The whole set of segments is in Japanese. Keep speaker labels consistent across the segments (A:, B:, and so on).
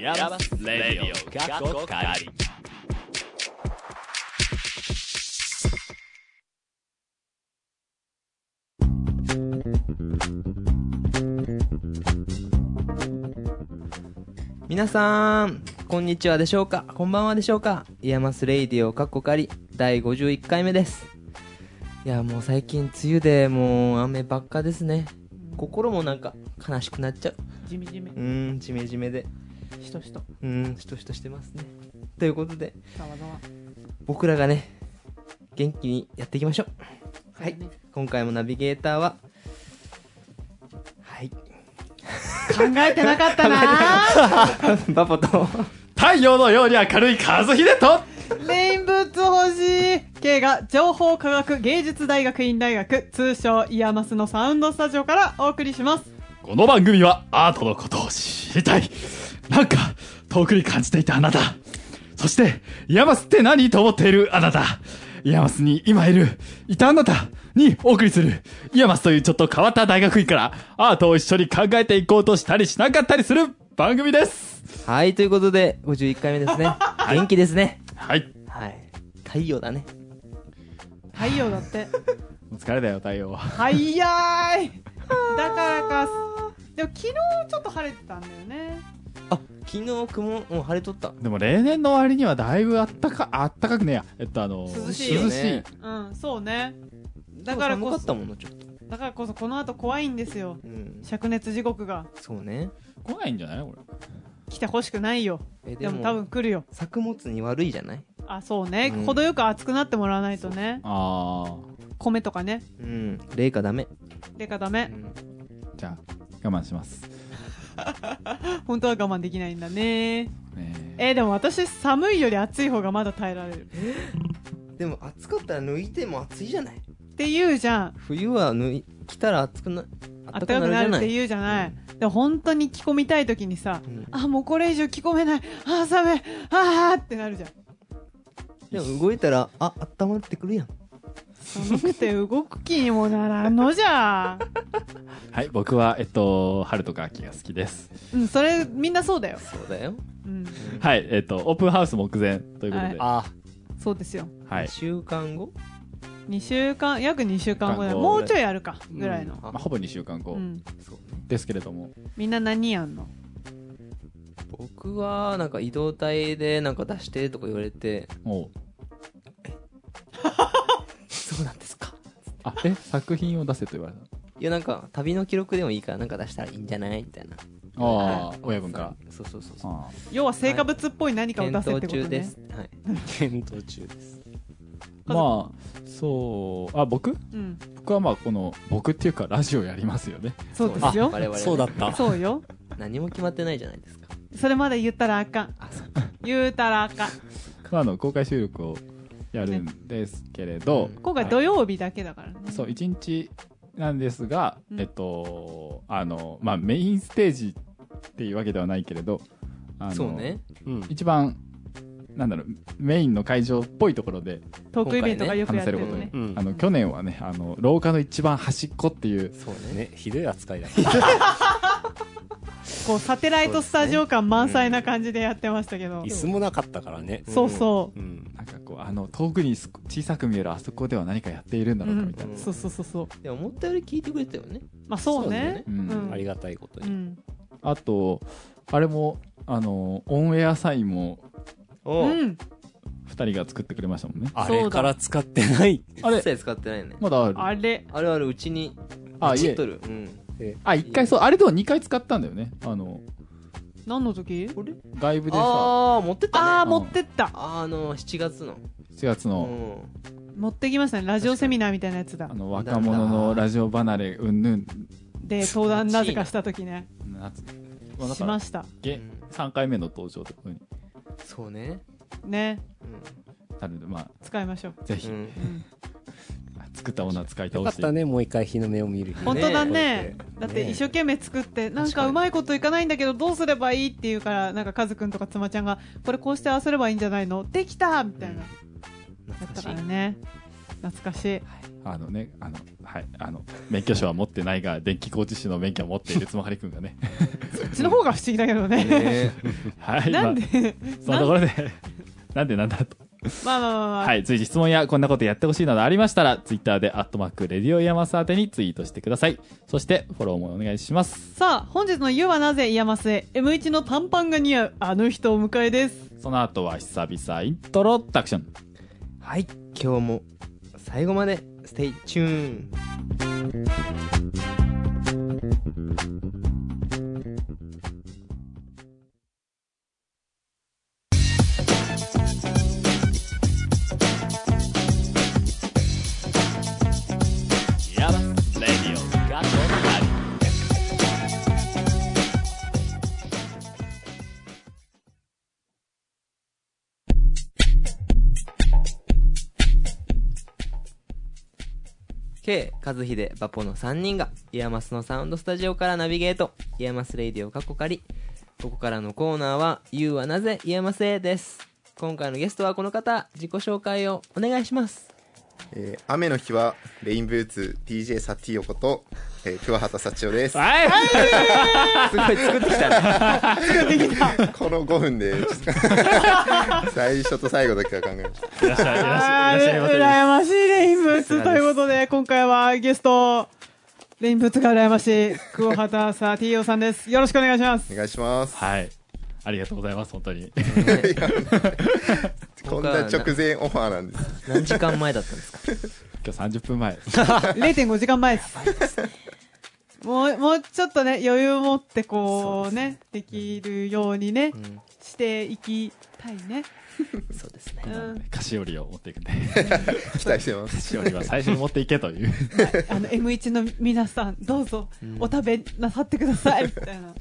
A: ヤマスレディオ過去仮り
B: 皆さんこんにちはでしょうかこんばんはでしょうかイヤマスレイディオカッコカリ第51回目ですいやもう最近梅雨でもう雨ばっかですね心もなんか悲しくなっちゃう
C: じみじみ
B: う、ーんじめじめで
C: ひとひと、
B: うーんしとしとしてますねということで
C: ざわざわ。
B: 僕らがね元気にやっていきましょうはい
C: そうだね
B: 今回もナビゲーターははい
C: 考えてなかったな
B: バポと
A: 太陽のように明るい和秀と
C: レインブーツ欲しい K が情報科学芸術大学院大学、通称イヤマスのサウンドスタジオからお送りします。
A: この番組はアートのことを知りたいなんか遠くに感じていたあなたそしてヤマスって何と思っているあなたヤマスに今いるいたあなたにお送りするヤマスというちょっと変わった大学院からアートを一緒に考えていこうとしたりしなかったりする番組です
B: はいということで51回目 ですね元気ですね
A: はい
B: はい太陽だね
C: 太陽だって。
A: お疲れだよ太陽
C: 早いだ からか、でも昨日ちょっと晴れてたんだよね。
B: あ昨日雲もう晴れとった
A: でも例年の割にはだいぶあったかあったかくねえやえっとあの
C: 涼しいよ
B: ね
A: 涼しい
C: うん、そうね。だから
B: 寒か
C: こ
B: っ
C: そ
B: た、もんなちょっと
C: だからこそこの後怖いんですよ。
B: うん
C: 灼熱地獄が
B: そうね
A: 来ないんじゃないこれ
C: 来てほしくないよ。
B: え
C: でも多分来るよ。
B: 作物に悪いじゃない
C: あ、そうね。
B: うん
C: 程よく熱くなってもらわないとね。
A: ああ
C: 米とかね。
B: うん冷夏ダメ、
C: でかダ
B: う
C: メ。
B: ん
A: じゃあ我慢します
C: 本当は我慢できないんだね。
A: ねえ
C: えーでも私寒いより暑い方がまだ耐えられる。
B: でも暑かったら脱いでも暑いじゃない
C: って言うじゃん。
B: 冬は脱い着たら暑くな
C: あったかくなるって言うじゃない。でも本当に着込みたい時にさ、
B: うん
C: あ、もうこれ以上着込めない。あー、寒い。あーってなるじゃん。
B: でも動いたらあ温まってくるやん
C: 寒くて動く気にもならんのじゃ。
A: はい僕はえっと春とか秋が好きです
C: うん、それみんなそうだよ。
B: そうだよ
C: うん。
A: はいえっとオープンハウス目前ということでは
B: あ
C: そうですよ。
A: い、
B: 2週間後
C: 2週間、約2週間後だ
A: 二週
C: よ
A: 間後
C: もうちょいやるか。ぐらいの。
A: ま
B: あ
A: あ、ほぼ2週間後、
C: うん。
B: そうね
A: ですけれども
C: みんな何やんの
B: 僕はなんか移動体でなんか出してとか言われて
A: もう
B: そうなんですか
A: あえ作品を出せと言われた
B: いやなんか旅の記録でもいいからなんか出したらいいんじゃないみたいな
A: ああー親分から
B: そうそうそうそう
A: あ
C: 要は成果物っぽい何かを出せってことね。
B: 中です、はい、検討中です
A: ーまあそうあ僕
C: うん。
A: 僕はまあこの僕っていうかラジオやりますよね
C: そうですよ。
B: 我々、ね、
A: た
C: そうよ。
B: 何も決まってないじゃないですか
C: それまで言ったらあかん。
B: あそう
C: 言うたらあかん。
A: まあ、あの公開収録をやるんですけれど、
C: 今回土曜日だけだからね。
A: そう1日なんですが、
C: うん
A: えっとあのまあメインステージっていうわけではないけれどあの
B: そうね
A: 一番なんだろうメインの会場っぽいところで
C: トークイベントがよく
A: 話
C: やって
A: せる
C: る
A: ことに、
C: ね。
A: あの去年はねあの廊下の一番端っこっていう
B: そうね
D: ね、ひどい扱いだった。
C: こう、サテライトスタジオ感満載な感じでやってましたけど
D: 椅。子もなかったからね。
C: そうそ
D: うん。
A: なんかこうあの遠くにす小さく見えるあそこでは何かやっているんだろうかみたいな、
C: う。そうそうそうそう。
B: でも思ったより聞いてくれてたよね
C: まあそうね。
A: うん
C: うん
D: ありがたいこと
C: う
D: に。
C: ん。
A: あとあれもあのオンエアサインも
B: お
C: うん。
A: 2人が作ってくれましたもんね
D: あれから使ってない。
A: あれ
B: 一切使ってないね
A: まだある
C: あれ。
B: あるあるうちに
A: あ
B: う
A: い
B: ちに
A: え
B: とるうん
A: あ、一回そう、あれでも二回使ったんだよね。あの、
C: 何の時
A: 外部でさ、
B: ああ持ってったね
C: あー、
A: うん
C: 持ってった。
B: ああの7月の
A: 4月
B: う
A: の、
B: ん
C: 持ってきましたね。ラジオセミナーみたいなやつだ
A: あ。の、若者のラジオ離れ、うんぬん、
C: で、登壇なぜかした時ね。
A: 夏。
C: しました。
A: げ3回目の登場ということに
B: そうね
C: ね。
A: なるので、まあ、
C: 使いましょう。
A: ぜ
B: う
A: ひ
B: ん、う、ん
C: うん。
A: 作った女使い
D: よ
A: 倒
D: かっ
A: して。
D: たね、もう一回日の目を見る日。
C: 本当だね
D: ねえ
C: だって一生懸命作って、なん
B: 確か
C: か
B: に
C: うまいこといかないんだけどどうすればいいって言うからなんかカズくんとかつまちゃんがこれこうして合わせればいいんじゃないのできたみたいな、
B: 懐
C: だっ
B: か
C: た
B: し
C: から
B: い
C: ね懐かしい。
A: あのね、あの、はい、あの、免許証は持ってないが、電気工事士の免許を持っているつまはりくんがね。
C: そっちの方が不思議だけ どね。
B: ね
A: はい、
C: な
A: ま
C: んで
A: あ、そのところで、 なんでなんだと。
C: まあまあまあまあ。
A: はい、随時質問やこんなことやってほしいなどありましたら、ツイッターで、アットマーク、レディオイヤマス宛てにツイートしてください。そして、フォローもお願いします。
C: さあ、本日の湯はなぜイヤマスへ M1 の短パンが似合うあの人をお迎えです。
A: その後は、久々、イントロダクション。
B: はい今日も最後までステイチューン
A: イヤマス、レディオ、ガトナリ。
B: K、和秀、バポの3人が、イヤマスのサウンドスタジオからナビゲート、イヤマスレイディオをかっこかり。ここからのコーナーは、You はなぜイヤマスへです。今回のゲストはこの方、自己紹介をお願いします。
E: えー雨の日はレインブーツ DJ サティオこと、えー桑畑幸男です。こ
A: はい
B: すごい作ってきたね。
E: の5分で、ちょっと 最初と最後だけは考えました。
A: いらっしゃい、いらっし
C: あ
A: ゃい、いらっしゃい
C: ー
A: ま
C: う
A: せ
C: らやましいレインブーツ
B: さすが
C: と
B: で
C: い
B: す
C: うこと で、今回はゲスト、レインブーツがうらやまし い、クオハタサーティーオさんです。よろしくお願いします。
E: お願いします。
A: はい。ありがとうございます、本当 に。
E: こんな直前オファーなんです。
B: 何時間前だったんですか
A: 今日30分前。
C: 0.5時間前です。もう、もうちょっとね、余裕を持ってこうね、できるようにね、していきたい ね。
B: そうですね。
C: うん
A: 菓子折りを持ってい くんで。
E: 期待してます。
A: 菓子折りは最初に持っていけと いう。
C: あの、M1 の皆さん、どうぞ、お食べなさってください、みたい な。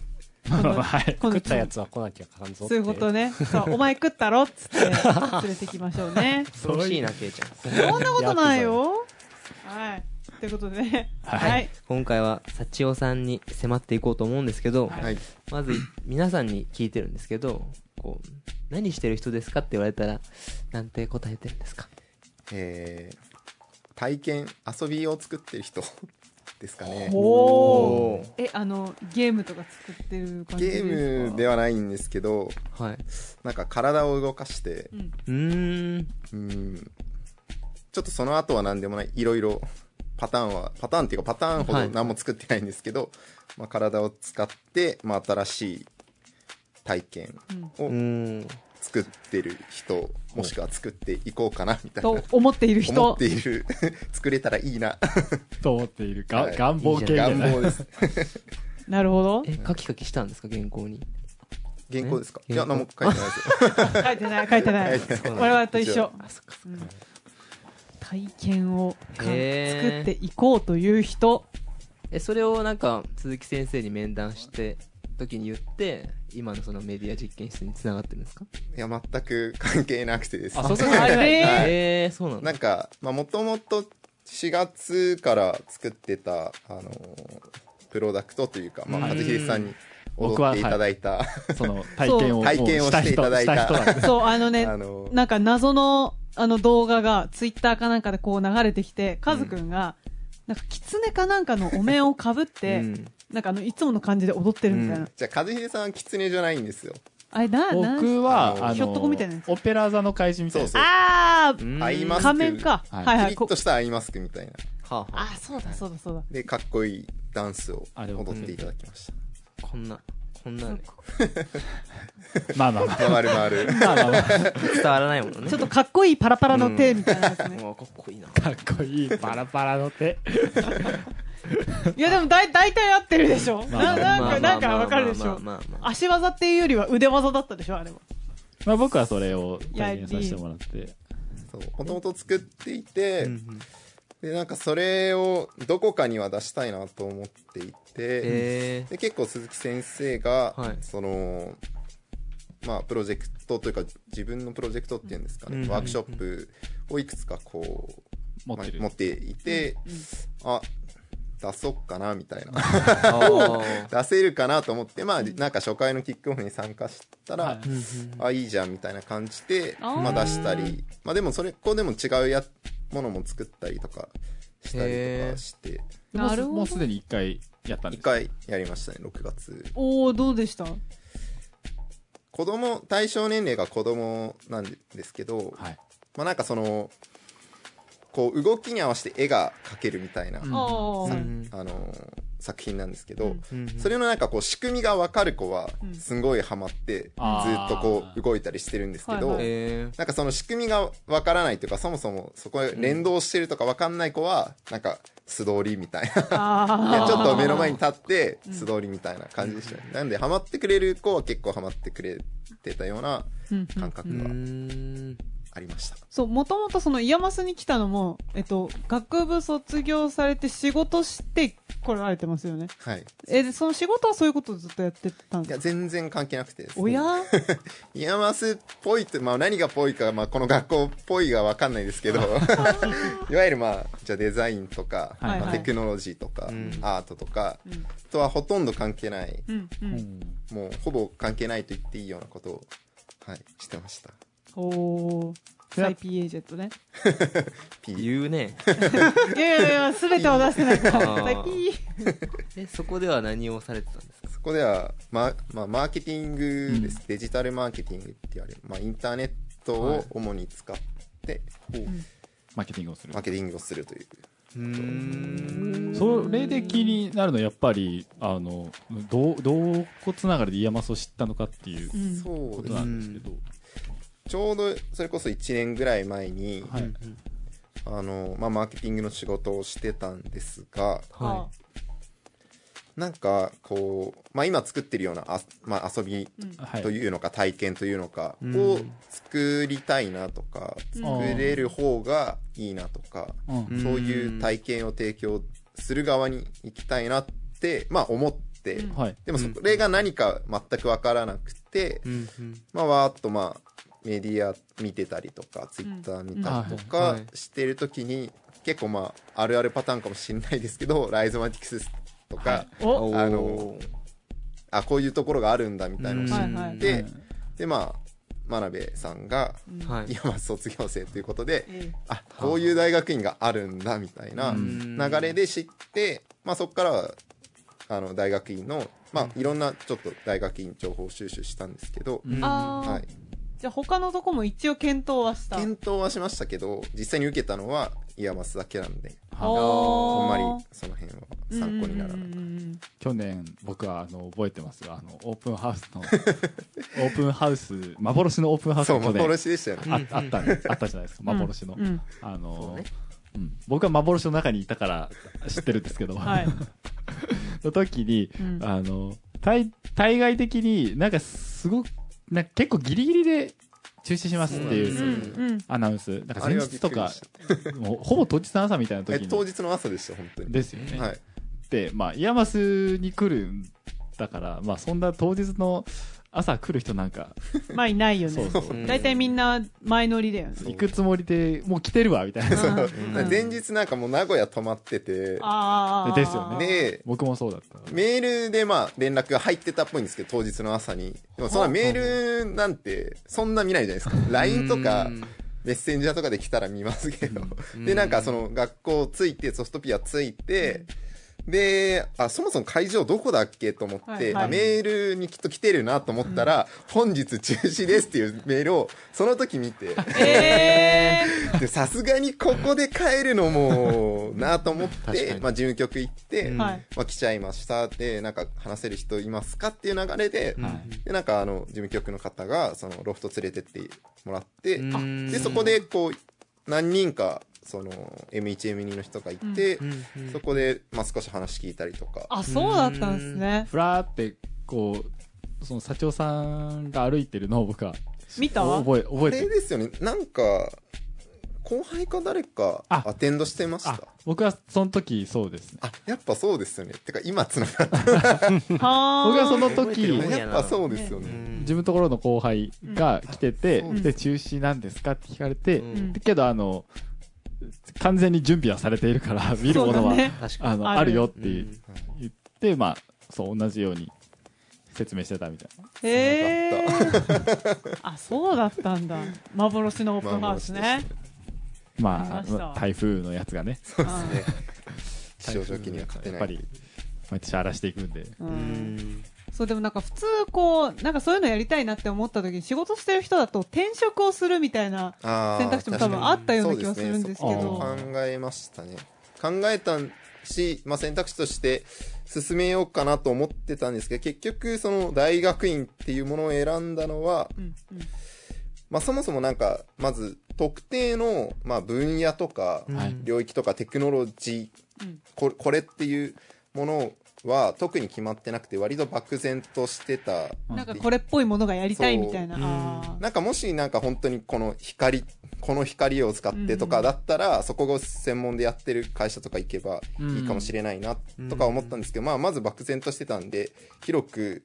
A: まあまあまあはい。
C: この
D: 食ったやつは来なきゃかんぞって
C: そういうことね。そう、お前食ったろっつって、連れてきましょう ね。
B: 恐ろしいな、ケイちゃん。
C: そんなことないよ。はい。ということでね。
A: はい
C: はい。
B: 今回は、幸男さんに迫っていこうと思うんですけど、
E: はい。
B: まず、皆さんに聞いてるんですけど、こう、何してる人ですかって言われたら、なんて答えてるんですか
E: えー体験、遊びを作ってる人 ですかね。
C: おー。え、あの、ゲームとか作ってる感じ
E: ゲ
C: ですか
E: ームではないんですけど、
B: はい。
E: なんか体を動かして、
C: うん。
B: うーん。
E: うん、ちょっとその後は何でもない、いろいろパターンは、パターンっていうかパターンほ
B: は
E: ど
B: い
E: 何も作ってないんですけど、まあ、体を使って、まあ、新しい体験
B: う
E: を
B: ーん。
E: 作ってる人、もしくは作っていこうかな、みたいな。
C: と思っている人
E: 思って。いる。 作れたらいいな。
A: と思っているが、
E: はい
A: 願望系みたい
E: 願
A: な。
E: 望です。
C: なるほど。
B: え、カキカキしたんですか、原稿に。
E: 原稿ですか
B: え
E: いや、何も書いてないですよ。
C: 書いてない、書いてない。
E: 書いて
C: 我
E: ない
C: 々と一緒。
B: あ、そっか。
C: うん体験をか作っ
B: へー
C: ていこうという人。
B: え、それをなんか、鈴木先生に面談して、時に言って、今のそのメディア実験室に繋がってるんですか
E: いや、全く関係なくてですね。
B: うそう、あ
C: れ
B: えー、そうなんだ。
E: なんか、まあ、もともと4月から作ってた、あのープロダクトというか、まあ、
A: うん
E: 和秀さんに
A: 僕
E: 踊
A: は
E: っていただいた、
A: その体験を
E: そう体験
A: もう
E: をしていただい
A: し
E: た、
A: た人なんで
C: そう、あのね
E: あのー
C: なんか謎の、あの動画が、ツイッターかなんかでこう流れてきて、カズくんが、なんか、狐かなんかのお面をかぶっ
B: う
C: て、
B: ん
C: なんかあの、いつもの感じで踊ってるみたいな。
E: じゃあ、和秀さんは狐じゃないんですよ。
C: あれ、な、な、
A: 僕
E: あ
A: は
E: の
A: あ
C: ひょっとこみたいな
A: の
C: やつ
A: オペラ座の怪人みたいな
E: そう
C: あ
B: う
C: ー
B: ん
E: アイマスク。
C: 仮面か。
A: は
C: はいいは
E: キ
C: い。
E: リッ
C: こと
E: したアイマスクみたいな。
B: はあ、は
C: あー、そうだそうだそうだ。
E: で、かっこいいダンスを
A: あれを
E: 踊っていただきました。
B: あ、こんな、こんなね、
A: まあまあまあ
E: 回る回る。
A: まあまあまあ
B: 伝わらないものね。
C: ちょっとかっこいいパラパラの手みたいなですね。
B: もうわかっこいいな。
A: かっこいいパラパラの手
C: いやでもだい大体合ってるでしょ、
A: まあまあ
C: な
B: ま
C: なんか
B: あまあ
C: なんかわかるでしょ
B: まあまあまあまあ
C: 足技っていうよりは腕技だったでしょあれは
A: まあ僕はそれを体験させてもらって
E: もともと作っていて、で、なんかそれをどこかには出したいなと思っていて、
B: え
E: で結構鈴木先生が、
B: はい
E: そのまあプロジェクトというか自分のプロジェクトっていうんですかね、
B: うん
E: ワークショップをいくつかこう
A: 持ってる
E: まあ持っていて、あ出そっかなみたいな
B: あ
E: 出せるかなと思ってまあなんか初回のキックオフに参加したら、
A: はい
E: あいいじゃんみたいな感じで
C: あー
E: まあ出したりまあでもそれこうでも違うやものも作ったりとかしたりとかして
C: なる
A: も
C: ほ
A: うす
C: ど。
A: でに1回やったんで
E: 一
A: す
E: 回やりましたね6月
C: おおどうでした
E: 子供対象年齢が子供なんですけど、
A: はい
E: まあなんかそのこう動きに合わせて絵が描けるみたいな、
A: うん
C: ああ。
B: うん
E: あのー作品なんですけ
C: う
E: ど、
C: ん
B: うん
E: それのなんかこう仕組みが分かる子は
C: うん
E: すごいハマって、ず
A: あー
E: っとこう動いたりしてるんですけど、
C: はいはい
B: え
E: なんかその仕組みが分からないというかそもそもそこへ連動してるとか分かんない子はなんか素通りみたい ない
C: あ
E: や
C: あ。
E: ちょっと目の前に
C: に。
E: 立って
C: うん
E: 素通りみたいな感じでした、ねなんでハマってくれる子は結構ハマってくれてたような
C: うんうん
E: 感覚
B: ーう
E: が
B: ーん
E: ありました、
C: そう、もともとそのイヤマスに来たのも、えっと、学部卒業されて仕事して来られてますよね。
E: はい
C: え、でその仕事はそういうことをずっとやってたん
E: い
C: で
E: や
C: すか
E: 全然関係なくてですね
C: おや
E: イヤマスっぽいって、まあ、何がぽいか、まあ、この学校っぽいが分かんないですけど いわゆる、まあ、じゃあデザインとか、
A: はいはい
E: まあテクノロジーとか、
B: うん
E: アートとか
C: うん
E: とはほとんど関係ない
C: うんう。
A: うんん
E: もうほぼ関係ないと言っていいようなことを、はい、してました
C: おー。サイ PA ジェットね。
E: P
B: 言うね
C: いやいやいや、すべてを出してないか
B: あ
C: ら。
B: ー
C: サイ PA。
B: えそこでは何をされてたんですか
E: そこでは、まあまあ、マーケティングです、デジタルマーケティングって言われる、まあ、インターネットを主に使って、
A: マーケティングをする
E: マーケティングをするという
B: うーん
A: それで気になるのはやっぱりあのどうどうこつながりでイヤマスを知ったのかっていう
C: うん
E: そ
A: こ
E: う
A: と
E: です
A: なんですけど、
E: ちょうどそれこそ1年ぐらい前に、
A: はい
E: あのまあ、マーケティングの仕事をしてたんですが
B: は
E: なんかこう、まあ、今作ってるようなあ、まあ、遊
C: い。
E: び
C: うん
A: はい
E: というのか体験というのか
B: うん
E: を作りたいなとか
C: うん
E: 作れる方がいいなとか
A: うん
B: うん
E: そういう体験を提供する側に行きたいなって、まあ、思って
C: うん
A: はい
E: でもそれが何か全く分からなくて
B: うんうん
E: まあ、わーっとまあメディア見てたりとかツイッター見たりと
B: うん
E: か
B: はい
E: してる時に結構まああるあるパターンかもしれないですけどライゾマティクスとか、
A: はい
C: お
E: あのあこういうところがあるんだみたいなのを知っ
C: はいはい
E: て、
A: うん
E: でまあ真鍋さんが
C: うん
B: はい
E: 今は卒業生ということで
C: え
E: あこういう大学院があるんだみたいな
B: うん
E: 流れで知って、まあ、そこからはあの大学院の、まあ、いろんなちょっと大学院情報収集したんですけど、
A: うん
C: ああ、
E: はい、
C: じゃあ他のとこも一応検討はした。
E: 検討はしましたけど実際に受けたのはイヤマスだけなんで
C: おー
E: あんまりその辺は参考にならない。
C: い。
A: 去年僕はあの覚えてますがあのオープンハウスの オープンハウス幻のオープンハウス
E: そう
A: が去年
E: 幻でしたよね
A: ああったんあったじゃないですか幻の、
C: うん
A: あ
B: そ
A: の
B: うね
A: うん僕は幻の中にいたから知ってるんですけど、
C: はい。
A: の時に、
C: うん
A: あの対対外的になんかすごくなんか結構ギリギリで中止しますって
E: そ
A: いう
E: うな
A: ん
E: で
C: うん。
A: アナウンスなんか
E: あ
A: 前
E: れは
A: 日
E: びっ
A: と
E: くり
A: か
E: し
A: もうほぼ当日の朝みたいな
E: たえ
A: 時に
E: 当日の朝でした本当に
A: ですよね、
E: はい
A: でまあイヤマスに来るんだからまあそんな当日の朝来る人なんか
C: まあいないよ
A: そう
C: ね。
A: そう
B: うん
C: 大体みんな前乗りだよね。
A: 行くつもりでもう来てるわみたいな
C: うん
E: うん前日なんかもう名古屋泊まってて
C: ああ。
A: ですよね
E: で
A: 僕もそうだった
E: メールでまあ連絡が入ってたっぽいんですけど当日の朝にでもそんなメールなんてそんな見ないじゃないですか LINE とかメッセンジャーとかで来たら見ますけど
B: うん
E: でなんかその学校着いてソフトピア着いてであそもそも会場どこだっけと思って、
C: はいはい
E: あメールにきっと来てるなと思ったら、本日中止ですっていうメールをその時 見て
C: え
E: でさすがにここで帰るのもなと思っ
B: 確か
E: て
B: に
E: まあ事務局行って、
B: う
C: え。
B: ん
E: ま
C: はい。
E: あ、来ちゃいましたでなんか話せる人いますかっていう流れで、
A: はい
E: でなんかあの事務局の方がそのロフト連れてってもらって、
B: うん
E: でそこでこう何人かその M1M2 の人がいて、そこで、まあ、少し話聞いたりとか
C: あ、そうだったんですね。
A: ふらーってこうその社長さんが歩いてるのを僕は
C: 見た
A: 覚え覚
E: あ
A: えて
E: れですよねなんか後輩か誰か
A: あ
E: アテンドしてました
A: あ僕はその時そうですね
E: あやっぱそうですよねてか今つながった
C: は
A: 僕はそ
C: あ。
A: の
B: 覚えてる
A: 時
B: ね
E: やっぱそうですよね、
A: 自分のところの後輩が来てて、
E: うん
A: で中止なんですかって聞かれて、
B: うん
A: けどあの完全に準備はされているから、見るもの
C: そ
A: は、
C: うだ ね
B: 確か
A: あの、あ
C: ある
A: るよって
B: に。
A: 言って、まあ、そう、同じように説明してたみたいな。
C: えー、あそうだったんだ幻のオープンハウスね
A: ま
C: ありました
A: あ、台風のやつがね、
E: 気象条件には勝て
A: や
E: な
A: っぱ
E: い。
A: り、毎年荒らしていくんで。
C: うん
B: う
C: うん
B: ん。
C: そうでもなんか普通こうなんかそういうのやりたいなって思った時に仕事してる人だと転職をするみたいな
E: あー
C: 選択肢も多分あったような気がするんですけ
E: そうねそ
C: ど
E: こも考えましたね考えたし、まあ、選択肢として進めようかなと思ってたんですけど結局その大学院っていうものを選んだのは、
C: うんうん
E: まあ、そもそもなんかまず特定の、まあ、分野とか
A: はい
B: うん
E: 領域とかテクノロジー
C: うん
E: ここれっていうものは特に決まってなくて割と漠然としてた
C: なんかこれっぽいものがやりたいみたいな
B: そう
C: あー
E: なんかもしなんか本当にこの光、この光を使ってと
C: う
E: か
C: ん
E: だったら、そこを専門でやってる会社とか行けばいいかもしれないなとか思ったんですけど、まあまず漠然としてたんで、広く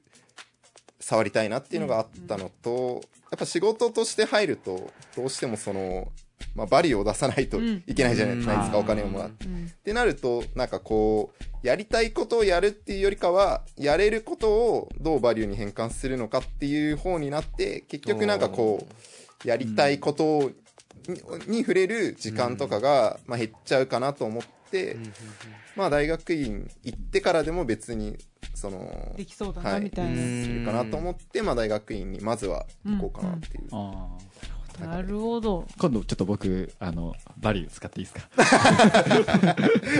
E: 触りたいなっていうのがあったのと、やっぱ仕事として入ると、どうしてもその、まあバリューを出さないと
C: うん
E: いけないじゃない
B: うん
E: ですか、
A: うん
E: お金をもらって。
C: うん
E: ってなると、なんかこう、やりたいことをやるっていうよりかは、やれることをどうバリューに変換するのかっていう方になって、結局なんかこう、やりたいことをにに触れる時間とかが、まあ減っちゃうかなと思って、まあ大学院行ってからでも別に、その、
C: できそうだなみたいな、
B: はい
E: するかなと思って、まあ大学院にまずは行こうかなっていう。
A: あー
C: なるほど
A: 今度ちょっと僕、あの、バリュー使っていいですか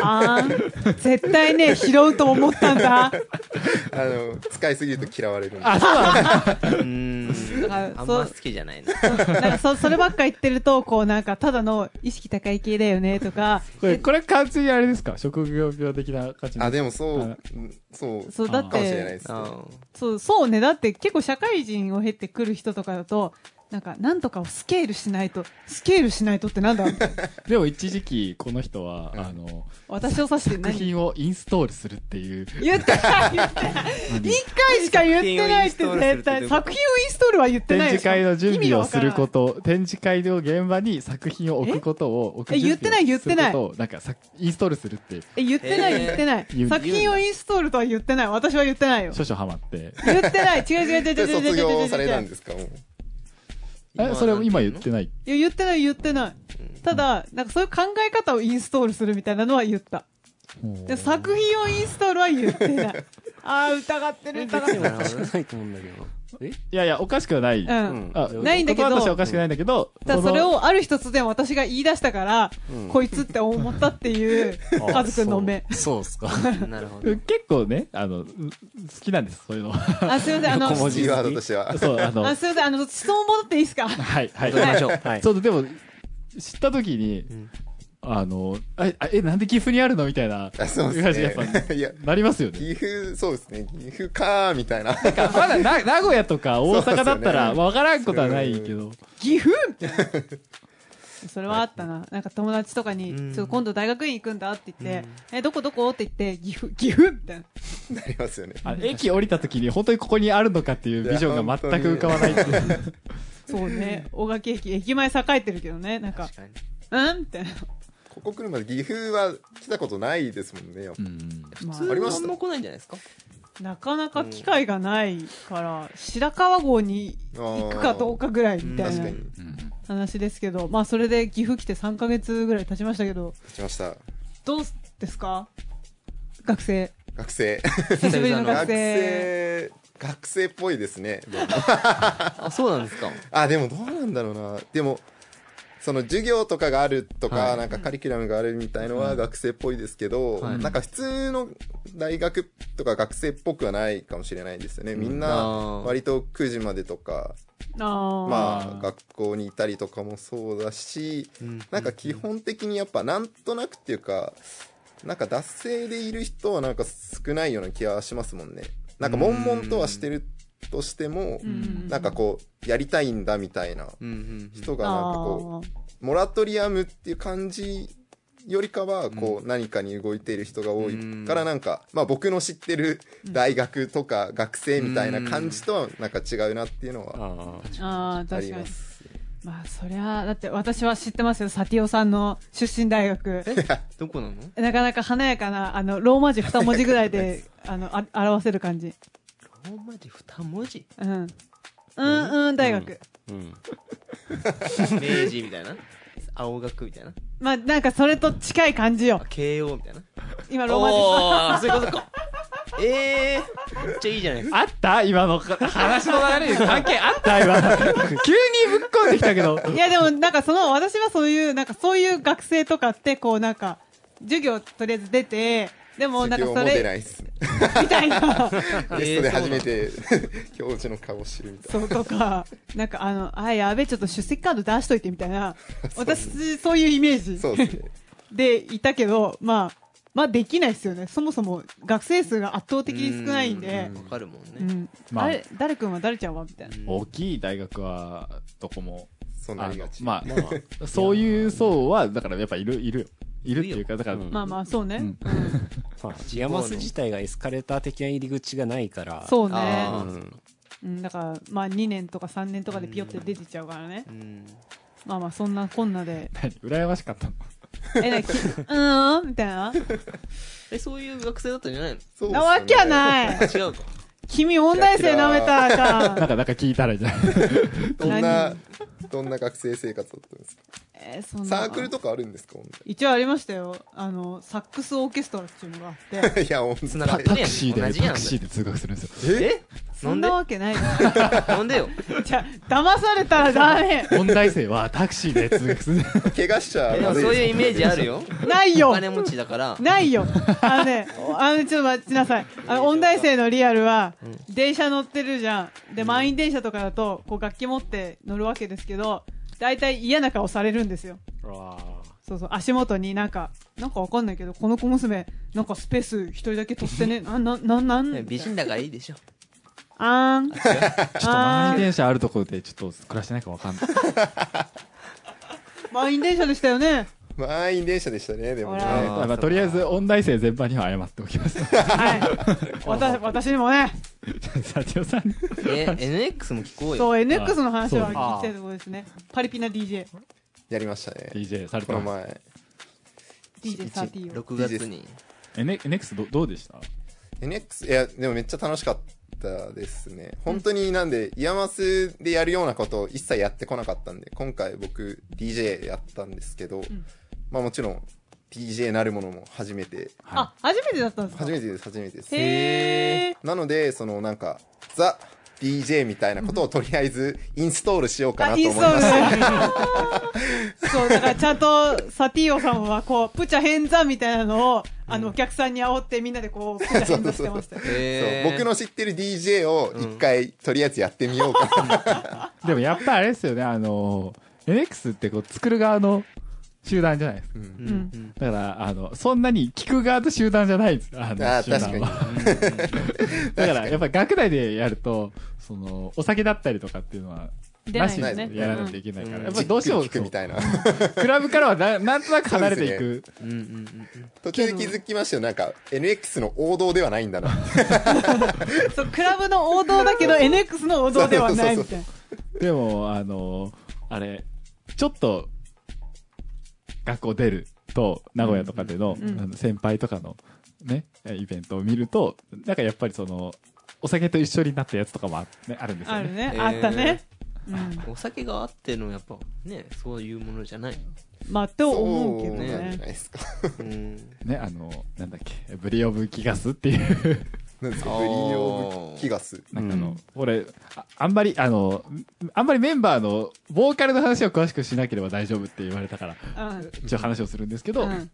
C: あー絶対ね拾うと思ったんだ
E: あの、使いすぎると嫌われるんで。
B: うん。
C: なん
B: あ
C: か
B: ん
C: そ
B: ま好
C: う
B: きじゃ ないな。
C: なんかそそればっか言ってるとこうなんかただの意識高い系だよねとか
A: これ、これ完全にあれですか職業病的な感じ
E: あ、でもそ
A: あ
E: う、うんそう、
C: そうだっ
E: かもしれない
C: て
E: ですね。
B: あ
C: そうそうねだって結構社会人を経てくる人とかだとなんかなんとかをスケールしないとスケールしないとっ てなんだ
A: でも一時期、この人は、あの、
C: 私を指して
A: 作
C: 何
A: 品をインストールするっていう、
C: 言ってない言ってない一回しか言ってないって絶対作
B: 作
C: 品をインストールは言って
A: 展
C: ないで
A: 示
C: しょ
A: 会の準備をするこ
C: 意味がわか
A: と、展示会の現場に作品を置くことを、置く
C: え
A: 準備を
C: 言ってな
A: す
C: い言ってない
A: ることをなんかさ、インストールするって、
C: らんえ言ってない
B: えー
C: 言ってない
A: 言う
C: 作品をインストールとは言ってない私は言ってないよ
A: 少々ハマって。
C: 言ってない違う違う違う
E: で
C: 違う違う違う
E: 卒
C: 違う違
E: 業
C: う
E: されたんですかもう
A: え、それを今言って
B: る。
A: ない。
C: いや言ってない言ってないただなんかそういう考え方をインストールするみたいなのは言ったで作品をインストールは言ってない あー疑ってる疑ってる
B: なるほどね
D: ないと思うんだけど。え
A: いやいや、おかしくはない。
C: う
A: あ
C: ん、な
A: 言
C: いんだけど
A: 葉としてはおかしくないんだけど、
C: ただ
A: の
C: それ、をある一つでも私が言い出したから、こいつって思ったって いうカズくんの目
D: あそうそうっすか。
B: なるほど
A: う。ん結構ね、あの、う好きなんです、そういうの。
C: あすいませんあの
D: 横文字
E: キーワードとしては。
A: そう、あの、は
C: あ
A: い、
C: すいませんあの質問戻っていいですか
A: はい。
D: ましょう。はい。
A: そうでも、知った時に、あの、ああえ、なんで岐阜にあるのみたいな
E: あ
A: 感
E: そう
A: じ
E: で
A: や
E: す
A: っ
E: ね
A: ぱ、。
E: いや、
A: なりますよね。
E: 岐阜、そうですね。岐阜かー、みたいな。
A: まだな名古屋とか大阪だった
E: そうです
A: ら、
E: よね
A: まあ、わからんことはないけど。
C: 岐阜みたいなそれはあったななんか友達とかに「ちょっと今度大学院行くんだ」って言って「えどこどこ?」って言って「岐阜岐阜」みたいな
E: なりますよね。
A: あの駅降りた時に本当にここにあるのかっていうビジョンが全く浮かばないっていう。
C: そうね大垣駅駅前栄えてるけどねなんか
B: 確かに。
C: 「うん?」みたいな
E: ここ来るまで岐阜は来たことないですもんね。やっぱ
C: ま
E: ありま
B: あ
E: し
B: ん
E: た
B: ま来ないんじゃないですか
C: あ、なかなか機会がないから、白川郷に行くかどうかぐらいみたい
E: 確
C: な
E: かに。
C: 話ですけど、まあそれで岐阜来て3ヶ月ぐらい経ちましたけど、
E: 来ました。
C: どうですか学生。
E: 学生。
C: 久しぶりの学
E: 学
C: 生。
E: 生、学生っぽいですね。でも
B: あ、そうなんですか。
E: あ、でもどうなんだろうな。でも、その授業とかがあるとか、
B: はい
E: なんかカリキュラムがあるみたいのは学生っぽいですけど、
B: はい
E: なんか普通の大学とか学生っぽくはないかもしれないですよね。みんな
B: うん
E: 割と9時までとか、
C: ああ、
E: ま
A: あー
E: あ、学校にいたりとかもそうだし、
B: ん
E: なんか基本的にやっぱなんとなくっていうか、なんか脱製でいる人はなんか少ないような気がしますもんね。なんか悶々とはしてるとしても、
C: ん
E: なんかこう、やりたいんだみたいな
B: うんうん
E: 人がなんかこ
C: あー
E: う、モラトリアムっていう感じよりかは、こう、何かに動いている人が多いからなんか、まあ僕の知ってる大学とか学生みたいな感じとはなんか違うなっていうのは
D: あ
C: あー、
E: あ
C: 確
E: り
C: か
E: ま
C: に。
E: す。
C: まあそりゃあだって私は知ってますよサティオさんの出身大 学
B: どこなの
C: なかなか華やかなあのローマ字二文字ぐらい であのあ表せる感じ
B: ローマ字二文字
C: うんうんうん大学、
D: うん。
B: 明治みたいな青学みたいな
C: まあなんかそれと近い感じよ
B: あ慶応みたいな
C: 今ローマ字
B: おーそういうことかええー、めっちゃいいじゃないですか
A: あった今のか話の流れに 関係あった今。 急にぶっこんできたけど。
C: いやでもなんかその私はそういうなんかそういう学生とかってこうなんか授業とりあえず出てでもなん
E: 授
C: かそ
E: 業も出な
C: れ
E: いっす
C: みたいな
E: ゲストで初めて 教授の顔知るみたい
C: そうとかなんかあのあやべちょっと出席カード出しといてみたいな私そういうイメー
E: なそ
C: ジ
E: うですね
C: でいたけどまあまあできないですよねそもそも学生数が圧倒的に少ないんで
B: うわかるもん
C: う
B: ね、
C: ん
A: まあ
C: あれ誰君は誰ちゃんはみたいな
A: 大きい大学は、どこも。
E: そうな
A: あ
E: りが
A: の
E: ち
A: まあ、そういう層は、だからやっぱいる、いるよ。いるっていうか、だから、
D: うん
C: まあまあそうね、
A: うん
D: まあ、ジアマス自体がエスカレーター的な入り口がないから。
C: そう
B: あ
C: ね
B: ー
D: ん。
C: うんだからまあ2年とか3年とかでピヨって出てっちゃうからね
B: うん、
C: まあまあそんなこんなで
A: 何羨ましかったの。
C: え、なに、きうーんみたいな。
B: えそういう学生だったんじゃないの
E: そうっすね
C: なわけはない。
B: 違うか
C: 君、音大生舐めたらあか
A: なん か、
C: ん。
A: なんか聞いたらいいじゃ ん。
E: どんなどんな学生生活だったんですか
C: えー、そんな。
E: サークルとかあるんですかほんと
C: 一応ありましたよ。あの、サックスオーケストラっていうのがあって。
E: にいやほんと
B: つながって
A: タ
B: る
A: ク
B: やん
A: シーで、
B: 同じや
A: タ
B: ん
A: クシーで通学するんですよ。
B: え
C: そ
B: なんんで
C: なわけない。
B: なんでよ
C: じゃあ、騙されたらダメ。
A: 問題生はタクシーで通学する。
E: 怪我しちゃ
B: えで
E: ま
B: も
E: ずい
B: そういう
E: で
B: イメージあ るよ
C: ない
B: お
C: よ。
B: 金持ちだから
C: ない よ。あのね、おあの、ちょっと待ちなさい。あの、音大生のリアルは、電車乗ってるじゃん。で、満員電車とかだと、こう楽器持って乗るわけですけど、大体嫌な顔されるんですよ。そうそう、足元になんか、なんかわかんないけど、この小娘、なんかスペース一人だけ取って ね、な、な、な、なん
B: ね
C: ん、
B: 美人だからいいでしょ
C: あーん。
A: ちょっと満員電車あるところで、ちょっと暮らしてないかわかんない。
C: 満員電車でしたよね。
E: す満員電車でしたねでもね
C: ほら
A: まあ、とり あえず、音大生全般には謝っておきます。
C: はい。わた、私にもね。
A: サチオさん。
B: え NX も聞こうよ
C: そう、NX の話は聞きたいところですね。パリピな DJ。
E: やりましたね
A: DJ されて
E: この
A: ま
E: 前
C: DJ30 を。
B: 6月に
A: す。え、ね NX どどうでした
E: NX いやでもめっちゃ楽しかったですね本当になんでイヤマスでやるようなことを一切やってこなかったんで今回僕 DJ やったんですけど、まあもちろん DJ なるものも初めて
C: あ、初めてだったんですか
E: 初めてです初めてです
C: へー。
E: なのでそのなんかザ DJ みたいなことをとりあえずインストールしようかな
C: あ、
E: と
C: イ
E: 思
C: ン
E: い
C: ストー
E: ま
C: ル
E: した。
C: そう、だからちゃんと、サティオさんは、こう、プチャ変座みたいなのを、あの、お客さんに煽ってみんなでこう、プチャ変座してましたよ。
B: え
E: そう僕の知ってる DJ を一回とりあえずやってみようかな、
A: でもやっぱあれですよね、あの、NX ってこう作る側の集団じゃないですか。
E: うん
C: うん。
A: だから、あの、そんなに聞く側と集団じゃないんです。あの
E: ああ
A: 集団は
E: 確か
A: だから、やっぱ学内でやると、その、お酒だったりとかっていうのは、
C: 出ない
E: ですね
A: なしでやらないといけないから、
B: うん
A: やっぱ
E: じっ
A: りどうしても
E: くり聞くみたいな
A: そうクラブからはななんとなく離れていく。
B: うんうんうん
E: 途中で気づきましたよなんか NX の王道ではないんだな
C: そう、クラブの王道だけど、NX の王道ではないみたいな。
A: でも、あの、あれ、ちょっと、学校出ると、名古屋とかでの、
C: うんうん
A: あの先輩とかの、ね、イベントを見ると、なんかやっぱりその、お酒と一緒になったやつとかもあ,、ね、あるんですよ
C: あ
A: ね
C: る。ね
B: え。ー
C: あったね。うん。
B: お酒があってのやっぱねそういうものじゃない
C: まあ、と思うけ
E: そ
C: ど
E: うなんじゃない
C: ね。
E: ですか
B: うん
A: ね、あの、なんだっけ、ブリオブキガスっていう、
E: なんですか
B: あー
E: ブリオブキガス
A: なんかあ
D: う
A: の
D: ん、
A: 俺あ、あんまり、あの、あんまりメンバーの、ボーカルの話を詳しくしなければ大丈夫って言われたから、
C: うん
A: 一応話をするんですけど、
C: うん。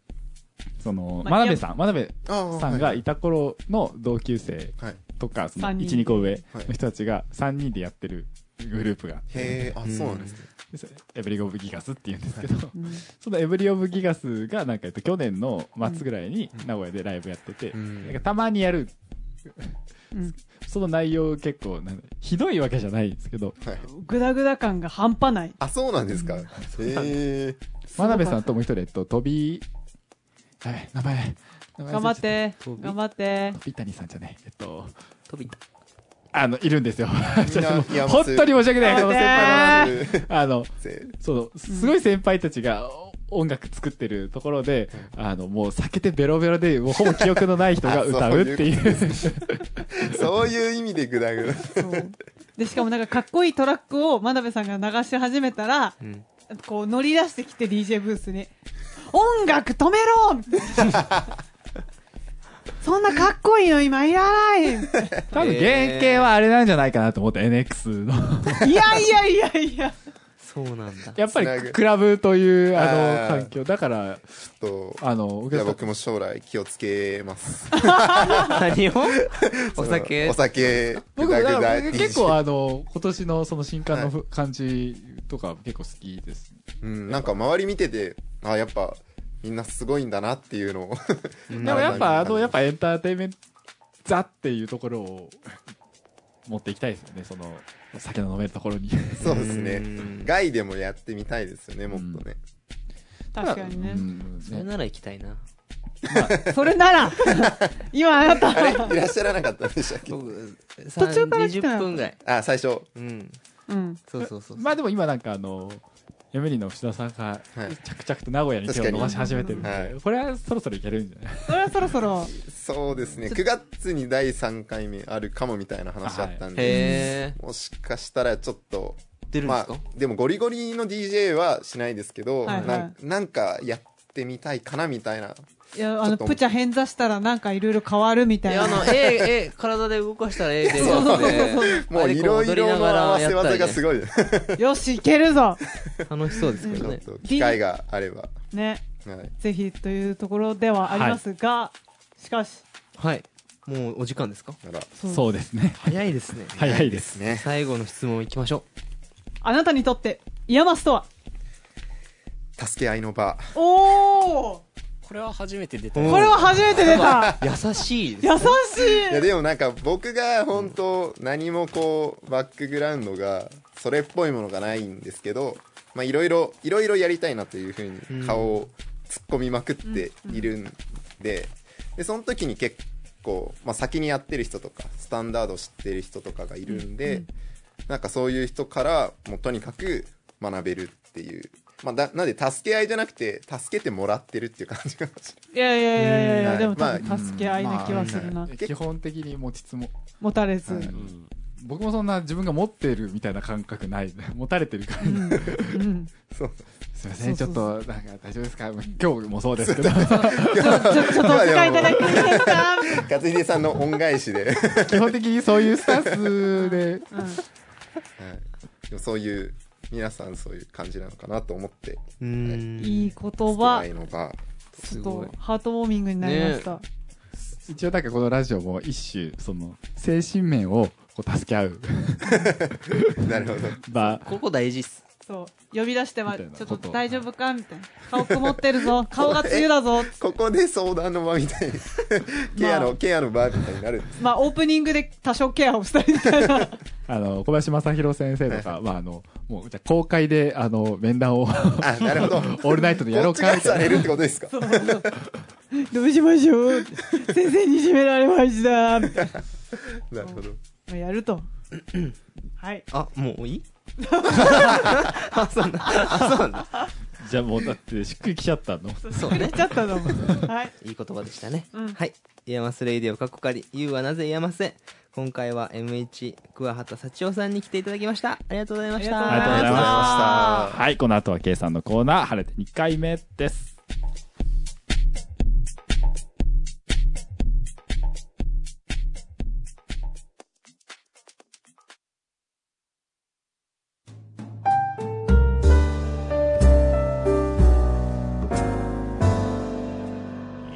A: その、
C: まあ
A: 真鍋さん、真鍋
E: あー
A: さん
E: は
A: が
E: い
A: いた頃の同級生
E: はい
A: とか、その、
C: 三人
A: 1、2個上の人たちが3人でやってるグループが、
E: へえあそうなんですね
A: でそれエブリオブギガスって言うんですけど、そのエブリオブギガスが、なんか、えっと、去年の末ぐらいに名古屋でライブやってて、
E: うん
A: なんかたまにやる
C: うん
A: その内容結構なんだひどいわけじゃないんですけど
E: はい
C: グダグダ感が半端ない。
E: あそうなんですかへえ
A: 真鍋さんともう一人えっと飛びやべ名前名前忘れちゃ
C: 頑張ったて。頑張って。
A: 飛谷さんじゃねええっと
B: 飛びた
A: あの、いるんですよ。 ちょっともう
E: みんな山
A: 本
E: 津
A: 当に申し訳ない。
C: あ
A: この
C: ね
A: 先輩の話。
E: え
A: あの、
E: ー
A: その、すごい先輩たちが、お音楽作ってるところで、あの、もう酒でベロベロで、もうほぼ記憶のない 人が歌うっていう。
E: そういう意味でグダグダ。
C: そうでしかもなんかかっこいいトラックを真鍋さんが流し始めたら、こう乗り出してきて DJ ブースに「音楽止めろ! みたいな」そんなかっこいいの今いらないみたい
A: 多分原型はあれなんじゃないかなと思って、NX の。
C: ないやいやいやいや
B: そうなんだ。
A: やっぱ
E: つなぐ
A: りクラブという、あ
E: あ
A: の、
E: ー
A: 環境。だから、
E: と
A: あの、お
E: じ
A: 客
E: ゃあ
A: さん
E: 僕も将来気をつけます。
B: 何をお酒
E: お酒、グ
A: 僕
E: ダ
A: だ
E: グ
A: か
E: ダ
A: ら結構あの、今年のその新刊のふ感じとか結構好きです。
E: うん、なんか周り見てて、あ、やっぱ、みんなすごいんだなっていうのを。
A: でもやっぱ、あの、やっぱエンターテインメントザっていうところを持っていきたいですよね、その、お酒の飲めるところに。
E: そうですね
B: うん。
E: 外でもやってみたいですよね、もっとね。
C: 確かにね、
A: うん
B: それなら行きたいな。
C: それなら今あなた
E: あれいらっしゃらなかったんでしたっ け
B: 僕、
C: 途中から来た
B: 20分ぐらい。
E: あ、最初。
B: うん。
C: うん
B: そうそうそう。
A: まあでも今なんかあの、エムリの吉田さんが
E: はい
A: 着々と名古屋に手を伸ばし始めてるん
E: 確かに
A: で、これはそろそろいけるんじゃない
C: それはそろそろ
E: そうですね。9月に第3回目あるかもみたいな話あったんで。
B: へえ。
E: もしかしたらちょっと。
B: 出るんで
E: ます
B: か
E: あ、でもゴリゴリの DJ はしないですけど、
C: はいはい
E: なんなんかやってみたいかなみたいな。
C: いやあ
E: ちょ
C: の
E: っと
C: プチャ変座したらなんかいろいろ変わるみたい
B: いや、
C: な
B: あの、え、え、体で動かしたらええで。そう
E: もういろいろの合わせ技がす
B: ごい。
E: ごい。
C: よしいけるぞ
B: 楽 しそうですけ
E: ち
B: ど
E: ょっ
B: ね。
E: と機会があれば。
C: ね
E: はい。
C: ぜひというところではありますが、しかし
B: はい。もうお時間ですか
E: なら、
C: そう
A: そうですね。
B: 早いですね。
A: 早いです。
E: ね。
B: 最後の質問いきましょ
C: あなたにとってイヤマスとは
E: 助け合いの場。
C: おお
D: これは初めて出たよ
B: うん
C: これは初めて出た
B: う。優しいです
C: 優し
E: いや
C: い
E: でもなんか僕が本当何もこうバックグラウンドがそれっぽいものがないんですけどまあいろいろいろいろやりたいなというふうに顔を突っ込みまくっているんででその時に結構まあ先にやってる人とかスタンダード知ってる人とかがいるんでなんかそういう人からもうとにかく学べるっていう。まあ、だなんで助け合いじゃなくて助けてもらってるっていう感じがし
C: いやいやいやいやいや
E: うん
C: でも多
E: ま
C: 分助け合いな気はするな、
E: ん
A: 基本的に持ちつも、
C: 持たれず、
A: うん僕もそんな自分が持ってるみたいな感覚ない。 持たれてる感じ。
C: うん、
E: そう
A: すいません、ちょ
C: そう
A: っ
C: そ
A: と、なんか大丈夫ですか 今日もそうですけど、
C: ちょちょちょっとお使いいただけませんか、
E: 勝秀さんの恩返しで
A: 基本的にそういうスタンスで、
C: う
E: はい、でもそういう皆さんそういう感じなのかなと思って
B: うー
C: ん、
B: ん
C: いい言
E: 付き
C: 葉
E: 合いの場
C: ちょっ
B: ごい
C: とハートウォーミングになりました、
A: 一応なんかこのラジオも一種、その、精神面をこう助け合う
E: なるほど
A: 場。
B: ここ大事っす
C: そう呼び出して
A: み
C: はち
A: た
C: ょ
A: いな
C: っ
A: こと
C: と大丈夫かみたいな顔曇ってるぞ顔が梅雨だぞ
E: ここで相談の場み たいにケアの、ケアの場みたいになるんです
C: まあオープニングで多少ケアをしたりみたいな
A: あの、小林正宏先生とか、まああの、もう、じゃあ公開で、あの、面談を、オ
E: あなるほど
A: ールナイトでやろう
E: こっち
A: か、
E: が
A: みた
E: され
A: い
E: るってことですか
C: どうしましょう先生にいじめられましたみたいな
E: なるほど
C: まあやるとはい
B: あもういいあそうなんだあそうなんだ
A: な。じゃあもう、だって、しっくりきちゃったの。
B: そう
C: 言
B: ね
C: っちゃったぞはい
B: いい言葉でしたね、
C: うん
B: はい「イヤマスレイディオ」かっこかり「YOU はなぜイヤマスへ」今回は M1 桑畑幸男さんに来ていただきましたありがとうございました
A: ありがとうございま
C: した
A: はい、この後は K さんのコーナー、晴れて2回目です。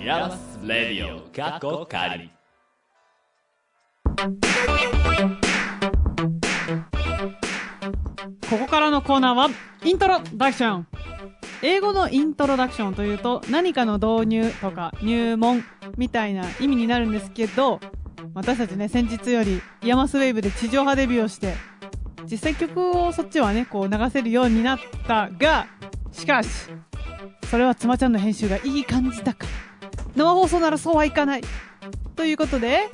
A: ヤマスレディオ過去仮
C: ここからのコーナーは、イントロダクション。英語のイントロダクションというと、何かの導入とか入門みたいな意味になるんですけど、私たちね、先日より、イヤマスウェーブで地上波デビューをして、実際曲をそっちはね、こう流せるようになったが、しかし、それは妻ちゃんの編集がいい感じだから。生放送ならそうはいかない。ということで、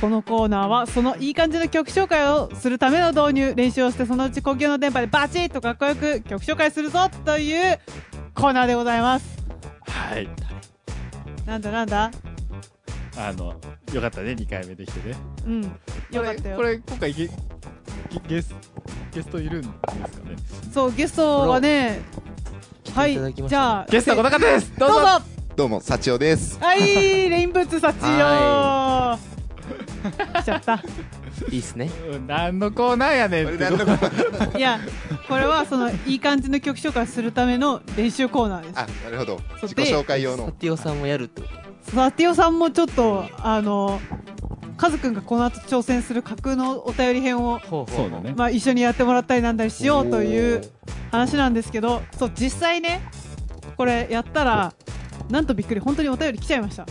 C: このコーナーはそのいい感じの曲紹介をするための導入練習をしてそのうち公共の電波でバチッとかっこよく曲紹介するぞというコーナーでございます
A: はい。
C: なんだなんだ
A: あの、よかったね、2回目できてね。
C: うんよかったよ
A: これ、これ今回ゲ、ゲゲス、ゲストいるんですかね。
C: そうゲストはねは
B: れを来て
C: い
B: いただきましたね
C: じゃあ
A: ゲストはこの方ですど
C: どう
A: う
C: ぞ
A: ぞ
E: どうも、幸男です。
C: はいレインブーツサチ
B: は
C: よ来ちゃった
B: いいっすね
A: うん何のコーナーやねん
E: こ
A: っ
E: れ
A: て
E: 何のコーナ
C: いやこれはそのいい感じの曲紹介するための練習コーナーです
E: あ、なるほど。
C: そう
E: 自己紹介用
B: サ
E: の。
B: ティオさんもやるってこと
C: サティオさんもちょっとあのカズくんがこの後挑戦する架空のお便り編を、
B: ほう
A: そうだね。
C: まあ、一緒にやってもらったりなんだりしようという話なんですけどそう実際ねこれやったらなんとびっくり本当にお便り来ちゃいました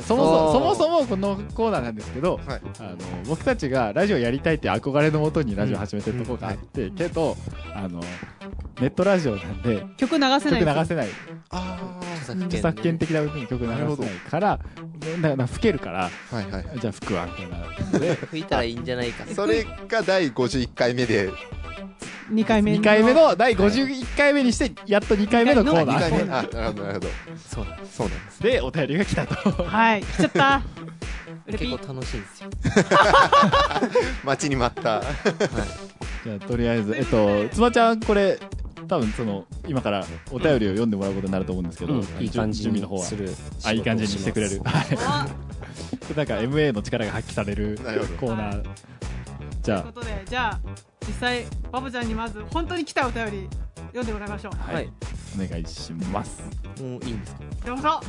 A: そもそも、そ
B: お
A: もそ
B: ー
A: もこのコーナーなんですけど、
E: はい。
A: あの僕たちがラジオやりたいって憧れのもとにラジオ始めてるとこがあって、けどあのネットラジオなんで
C: 曲流せ
A: 曲
C: ない
A: 流せない
E: あ
B: 著作権,、
A: 著作権的な部分に曲流せないからだから吹けるから
E: あ。はいはい。
A: じゃあ吹くわみたいな
B: 吹いたらいいんじゃないか
E: それが第51回目で、
C: 2回目
A: 2回目の第51回目にしてやっと2回目のコー
E: 2
A: ナ
E: 回
A: ー
E: 目。あ、なるほど、なるほど。
B: そうなんです
E: そうなんです。
A: でお便りが来たと
C: はい来ちゃ ったうれぴ
B: 結構楽しいんですよ
E: 待ちに待った。
A: じゃあとりあえずえっとつばちゃんこれ多分その今からお便りを読んでもらうことになると思うんですけど、
D: いい感じ
A: 準備
D: に
A: の方は
D: する
A: あいい感じにしてくれるはい
C: あ
A: なんか MA の力が発揮される
E: なるほど
A: コーナーじ
C: という
A: ゃ
C: ことでじゃあ実際バボちゃんにまず本当に来たお便り読んでもらいましょう
A: あ
B: は、
A: はいい、お願いします
B: もういいんですか
C: どうぞ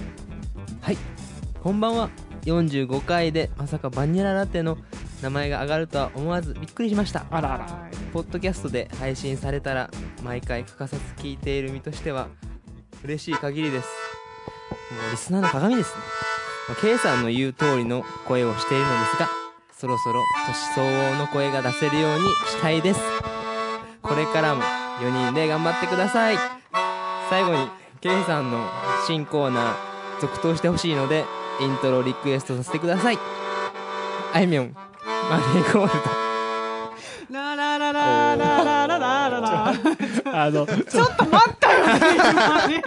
B: こんばんは45回でまさかバニララテの名前が上がるとは思わずびっくりしました
A: あら
C: はい
B: ポッドキャストで配信されたら毎回欠かさず聞いている身としては嬉しい限りですもうリスナーの鏡ですね、まあ、K さんの言う通りの声をしているのですがそろそろ年相応の声が出せるようにしたいですこれからも4人で頑張ってください最後に K さんの新コーナー続投してほしいのでイントロリクエストさせてくださいあいみょんマネーゴールド
C: ララララララララララ。
A: あ の
C: ちょっと待ったよ、今ね。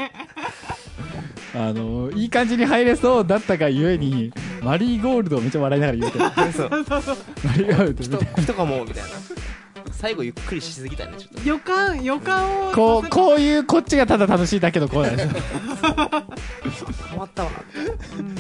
A: あのいい感じに入れそうだったがゆえにマリーゴールドをめっちゃ笑いながら言うけどマリーゴールドみたいな
B: 人かもみたいな最後ゆっくりしすぎたねちょっと
C: 予感、予感を。
A: こうこういうこっちがただ楽しいだけのコーナーです
B: ハマったわ
C: うん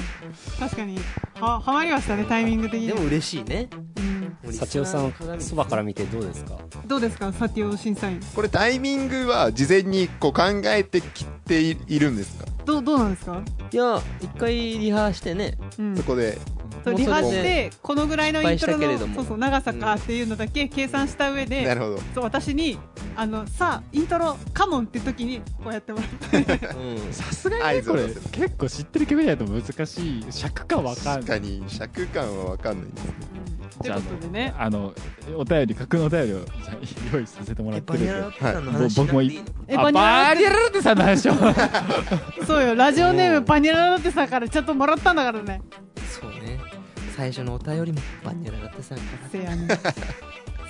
C: 確かに。は、はまりましたね、タイミング的に
B: で。も嬉しいね
C: うん
D: 幸代さんそばから見てどうですか
C: どうですか、サティオ審査員。
E: これタイミングは事前にこう考えてきていいるんですか
C: どう、どうなんですか。
B: いや一回リハしてね
C: うん
E: そ。こで。
C: そうリハして、このぐらいのイントロ
B: 失敗したけれど
C: の。
B: も
C: そうそう、長さかっていうのだけ計算した上
E: な
C: で。
E: るほど。
C: そう、私に。あの、さあ、イントロ、カモンって時に、こうやってもらって。
B: うん
A: さすがに
E: 合
A: ね
E: 図
A: こ
E: を
A: れ
E: 出せる
A: 結構知ってる曲じゃないと難しい尺かわかん
E: 確
A: ない
E: かに尺感はわかんないですね。
C: ということでね。
A: あのお便り架空のお便りをじゃあ用意させてもら
B: え
A: って
B: バ
A: る
B: ニ
A: ん
B: ラ
A: で
B: ラテさんの話
A: 僕も
B: しなくていいの
C: え、
A: あ
C: バニラ
A: バ
C: ラ
A: ニ
C: テ
A: ララテさんの話を
C: そうよ、ラジオネームバニララテさんからちゃんともらったんだからね。
B: そうね最初のお便りもバニララテさんか
C: せやねん。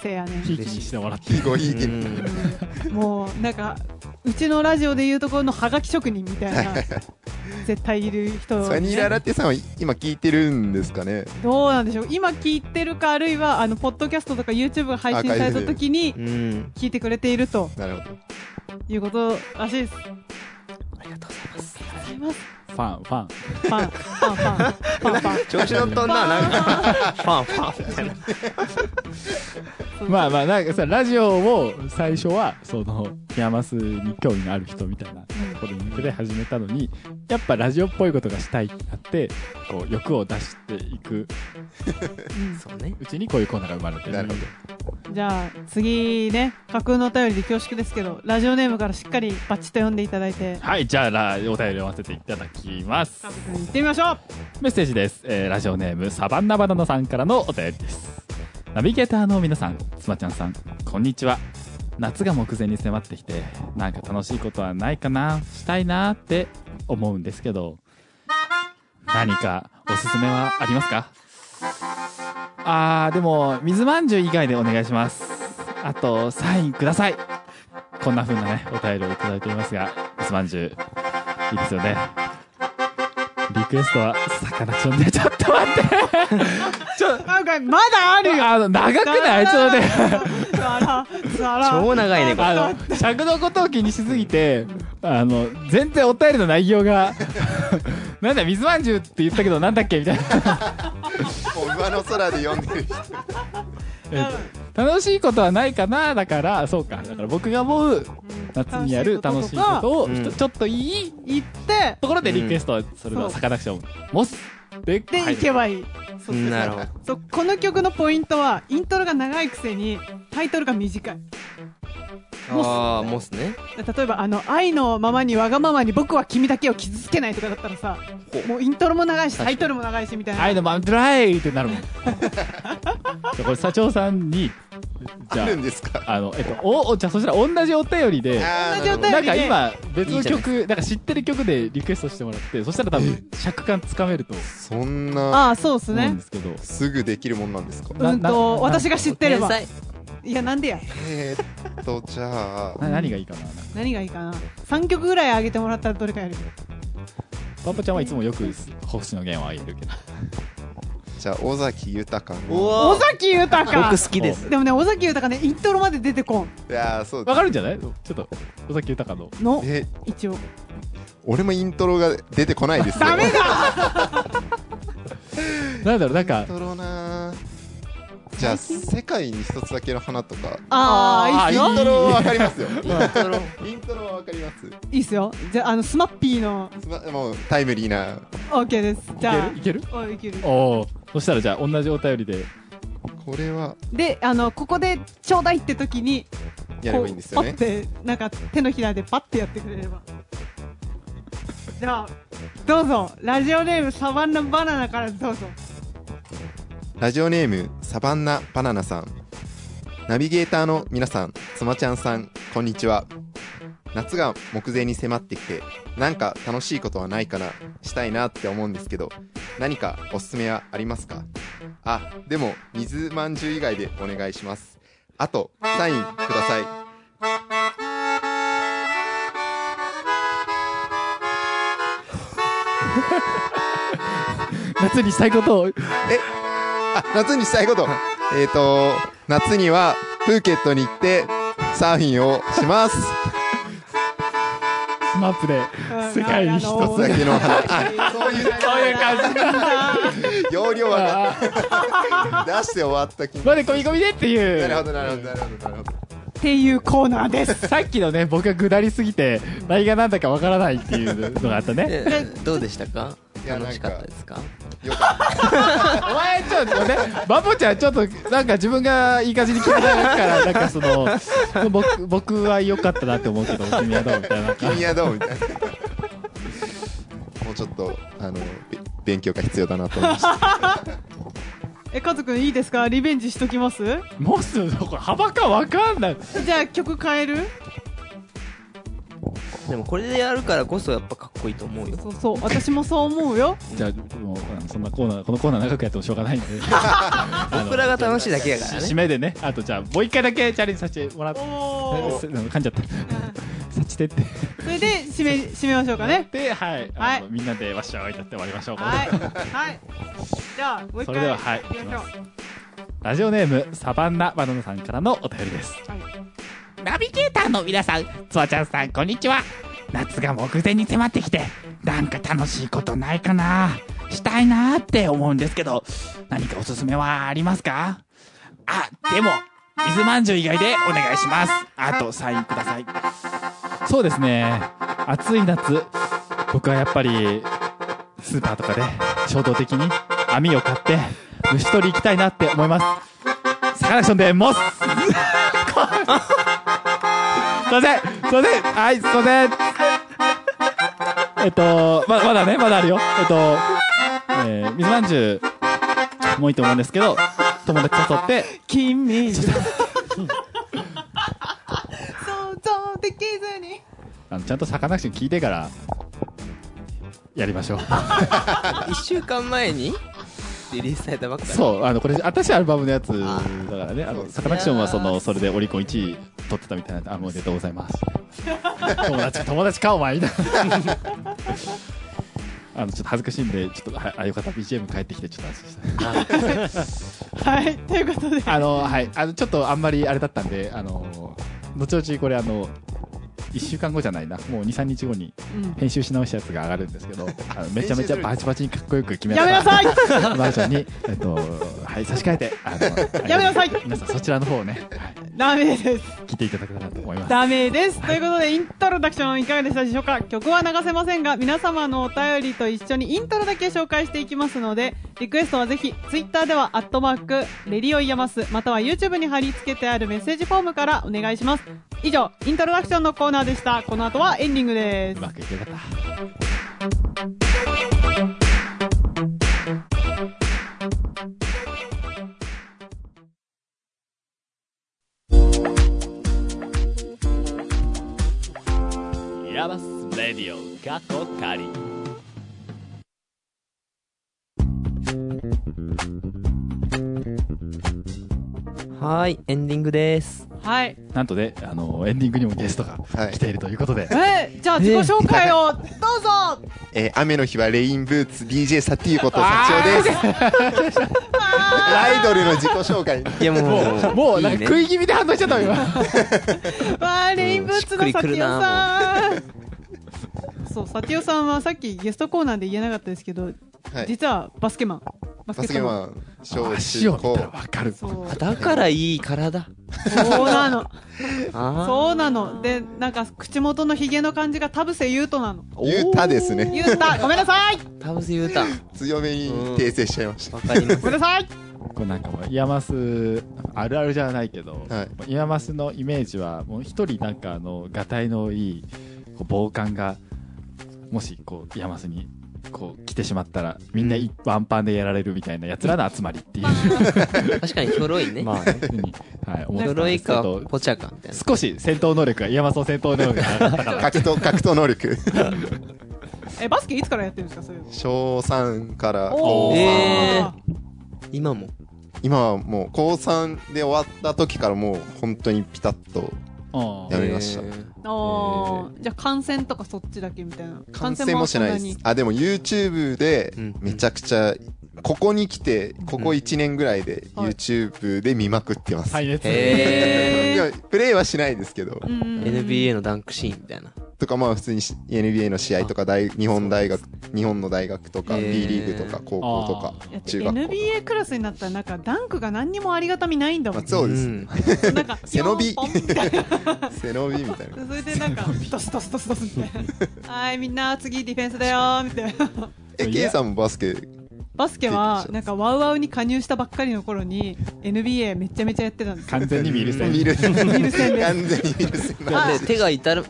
C: せやねん
A: ひいきにしてもらって
E: 非語非
B: ら
E: 義み
B: うん
C: もうなんかうちのラジオでいうところのハガキ職人みたい な絶対いる人、
E: たいな。バニララテさんは今聞いてるんですかね
C: どうなんでしょう今聞いてるかあるいはあのポッドキャストとか YouTube が配信された時に
B: うん
C: 聞いてくれていると
E: なるほど。
C: いうことらしいです。
B: ありがとうございます
C: ありがとうございます
A: ファンファン
C: ファンファンファンファンファン
B: 調子乗っとんななんかファンファンみたいな
C: そう
A: まあまあなんかさラジオを最初はそのヤマスに興味のある人みたいなことに向けて始めたのにやっぱラジオっぽいことがしたいってなってこう欲を出していく
B: そうね
A: うちにこういうコーナーが生まれて
E: なるほ
C: うんじゃあ次ね架空のお便りで恐縮ですけどラジオネームからしっかりバッチと読んでいただいて
A: はいじゃあラお便り読ませていただきます
C: カズ君行ってみましょう
A: メッセージです、えーラジオネームサバンナバナナさんからのお便りですナビゲーターの皆さんつまちゃんさんこんにちは夏が目前に迫ってきてなんか楽しいことはないかなしたいなって思うんですけど何かおすすめはありますかあーでも水まんじゅう以外でお願いしますあとサインくださいこんな風なねお便りをいただいていますが水まんじゅういいですよねリクエストはサカナクションでちょっと待ってちょ
C: なんかまだあるよ
A: あの長くないちょっと待って
C: あらあら
B: 超長いねこれ
A: あの尺のことを気にしすぎてあの全然お便りの内容が なんだ水まんじゅうって言ったけどなんだっけみたいな
E: もう上の空で読んでる人
A: えっと楽しいことはないかなだからそうかだから僕が思う夏にやる楽
C: 楽
A: し
C: し
A: い
C: い
A: こ
C: こと
A: を
B: うん
A: ひとちょっといい
C: 行って
A: ところでリクエストそれでは
C: そう
A: サカナクションモスで
C: で行けばいい、そうそう
B: なるほど
C: そうこの曲のポイントはイントロが長いくせにタイトルが短いモス
B: ああモスね
C: 例えばあの「愛のままにわがままに僕は君だけを傷つけない」とかだったらさ
E: ほう
C: もうイントロも長いしタイトルも長いしみたいな
A: 愛のマウントライってなるもんじゃあこれ社長さんにじ
E: あ
A: ゃ
E: るんですか
A: ああのえっとおおじゃあそしたら同じお便りで
E: あー
C: 同じお便り
A: なんか今別の曲なんか知ってる曲でリクエストしてもらってそしたら多分尺感つかめると
E: そんな
C: ああそうです
A: 思うん
C: ね
A: ですけど
E: すぐできるもんなんですか
A: な
C: うん
A: なな
C: と私が知ってれば
B: 天才
C: いやなんでや
E: えーっとじゃあ
A: な何がいいかな
C: 何がいいかな3曲ぐらい上げてもらったらどれかやる
A: パンパちゃんはいつもよく星野源をあげるけど
E: じゃあ尾崎豊かな
B: うわ
C: 尾 崎豊か
B: 僕好きです
C: でもね尾崎豊ねイントロまで出てこん
E: いやーそう
A: わかるんじゃないちょっと尾崎豊の
C: の
E: え
C: 一応
E: 俺もイントロが出てこないですよ
C: ダメ だ
A: なんだろうなん
E: イ
A: か
E: ントロなーじゃあ世界に一つだけの花とか
C: ああいいっす
E: イント
C: よ
E: ロはわかりますよ
B: イントロ
E: イントロはわかります
C: いいっすよじゃああのスマッピーの
E: すまもうタイムリーな
C: OK ですじゃ
A: いけるいける
C: あおいける
A: おおそしたらじゃあ同じお便りで
E: これは
C: であのここでちょうだいって時に
E: やればいいんですよね
C: こうパッてなんか手のひらでパッてやってくれれば じゃあどうぞラジオネームサバンナバナナからどうぞ
E: ラジオネームサバンナバナナさんナビゲーターの皆さんつまちゃんさんこんにちは夏が目前に迫ってきてなんか楽しいことはないかなしたいなって思うんですけど何かおすすめはありますかあでも水まんじゅう以外でお願いしますあとサインください
A: 夏にしたいことを
E: あ夏にしたいことえっ、ー、と夏にはプーケットに行ってサーフィンをします
A: スマップで世界に一
E: 一つだけの花 あそういう
A: そういう感じ
E: 要領は
A: あー
E: 出して終わった気
A: まで込み込みでってい
E: なるほ
A: う
E: どなるほどなるほどなるほど
C: っていうコーナーです
A: さっきのね僕が下りすぎて何が何だかわからないっていうのがあったね
B: えーどうでしたか
E: いや
B: 楽しかったですか
E: よかっ
A: お前ちょっとねバボちゃんちょっとなんか自分がいい感じに聞いたからなんかそ の僕僕は良かったなって思うけど君はどうみたいな
E: た君はどうみたいなもうちょっとあのべ勉強が必要だなと思いました
C: えカズくんいいですかリベンジしときます
A: モスこれ幅かわかんない
C: じゃあ曲変える
B: でもこれでやるからこそやっぱかっこいいと思うよ
C: そうそう私もそう思うよ
A: じゃあもうそんなコーナーこのコーナー長くやってもしょうがないんで
B: 僕らが楽しいだけやからね
A: 締めでねあとじゃあもう一回だけチャレンジさせてもらって
C: おお
A: す 噛んじゃったさちてって
C: それで締め締めましょうかね
A: ではいあの
C: はい
A: みんなでわっしゃわいとやって終わりましょう
C: はいはいじゃあもう一
A: そ
C: 回
A: れでははい
C: 行きましょう
A: ラジオネームサバンナバナナさんからのお便りです
C: はい
A: ナビゲーターの皆さん、つわちゃんさん、こんにちは。夏が目前に迫ってきて、なんか楽しいことないかなしたいなって思うんですけど、何かおすすめはありますかあ、でも、水まんじゅう以外でお願いします。あと、サインください。そうですね。暑い夏、僕はやっぱり、スーパーとかで衝動的に網を買って、虫取り行きたいなって思います。サカナクションでモスすいませんすいませんはい、すいませんえっと、ま、まだね、まだあるよ。えっと、えー、水まんじゅうもいいと思うんですけど、友達誘って、
C: 君想像できずに
A: あの、ちゃんとサカナクション聞いてから、やりましょう。
B: 1週間前にってリリースされたばっかり
A: そう、あの、これ、新しいアルバムのやつだからね、あの、サカナクションはその、それでオリコン1位取ってたみたいなんで、あ、もうおめでとうございます。友達か、友達か、お前な。 あの、ちょっと恥ずかしいんで、ちょっと、はいあ、よかった、BGM 帰ってきて、ちょっと安心した。
C: はい。ということで、
A: あの、はい、あの、ちょっとあんまりあれだったんで、あの、後々これ、あの、1週間後じゃないな、もう2、3日後に
C: うん
A: 編集し直したやつが上がるんですけど、あのめちゃめちゃバチバチにかっこよく決めた
C: やめなさい
A: マンションに、えっと、はい、差し替えて、あの、
C: やめなさい
A: 皆さんそちらの方をね、はい、
C: ダメです。
A: 聞いていただけたらと思います。
C: ダメです。ということで、イントロダクションいかがでしたでしょうか曲は流せませんが、皆様のお便りと一緒にイントロだけ紹介していきますので、リクエストはぜひ、ツイッターでは、アットマーク、レディオイヤマス、または YouTube に貼り付けてあるメッセージフォームからお願いします。以上、イントロダクションのコーナーでした。この後はエンディングで
A: う
C: す。
A: まくいけなかった。
F: ヤマスレディオ過去仮
B: はーいエンディングです
C: はい。
A: なんとね、あの、エンディングにもゲストが
E: はい
A: 来ているということで、
C: え、じゃあ自己紹 介を、どうぞ
E: えー雨の日はレインブーツ DJ サティーことサチオです。アイドルの自己紹介。
B: いやもう
A: もう、もう、なんか食
B: い
A: い気味で反応しちゃったわ、今。
C: わーレインブーツのサティオさんそうサティオさんはさっきゲストコーナーで言えなかったですけど、
E: はい。
C: 実はバスケマンバ
E: バス
C: ッ
E: ケ
C: ト
E: マン、小
A: 足
E: 中
A: を見
E: 高
A: たら。わかる。
C: そう
B: だからいい体
C: そうなの
B: ああ
C: そうなのでなんか口元のひげの感じが田臥勇人なの
E: ゆうたですね。
C: ゆうたごめんなさい
B: 田臥勇太
E: 強めに訂正しちゃいました。
B: わかります
C: ごめんなさい
A: こうなんかもう、イヤマス、あるあるじゃないけど、
E: はい
A: イヤマスのイメージは、もう一人なんか、あの、がたいのいい、こう暴漢が、もし、こう、イヤマスに、こう、来てしまったら、みんな一ワンパンでやられるみたいな奴らの集まりっていう。
B: 確かにひょろいね
A: まあ、ね、はい、思っ
B: ひ
A: てた
B: ょ
A: ん
B: ろ
A: で
B: い
A: すけ
B: か
A: ど、
B: ポチャかみたいな
A: 少し戦闘能力が、イヤマスの戦闘能力が上がったから、
E: 格闘、格闘能力。
C: えバスケいつからやってるんですかそういうの
E: 小3から
C: お
E: 高
C: ー
E: 3。
B: えー今も
E: 今はもう高3で終わった時からもう本当にピタッと
A: うん
E: やめました。
C: あーじゃあ感染とかそっちだけみたいな
E: 完成もしないです。あ、でも YouTube で
B: うん
E: めちゃくちゃ、ここに来て、ここ1年ぐらいで
C: はい
E: YouTube で見まくってます。
A: 耐熱
B: へ
E: い
C: え
E: やプレイはしないですけど、
B: NBA のダンクシーンみたいな
E: とかまあ普通にし NBA の試合とか大日本大学、日本の大学とか
B: へー
E: B リーグとか高校とか
C: だって
E: 中学校
C: NBA クラスになったらなんかダンクが何にもありがたみないんだも
E: まあ
C: ん
E: そうです、
B: ん
C: なんか
E: 背伸
C: 四
E: び
C: 本みたいな
E: 背伸びみたい な
C: それでなんかドスドスドスドスみたいなはいみんな次ディフェンスだよーみたいな
E: え K さんもバスケ
C: バスケはなんかワウワウに加入したばっかりの頃に NBA めちゃめちゃやってたんですよ
A: 完全に見る線。
E: 見る 完全に見る線
C: です
E: な
B: だ
E: んで
B: って手がいたらい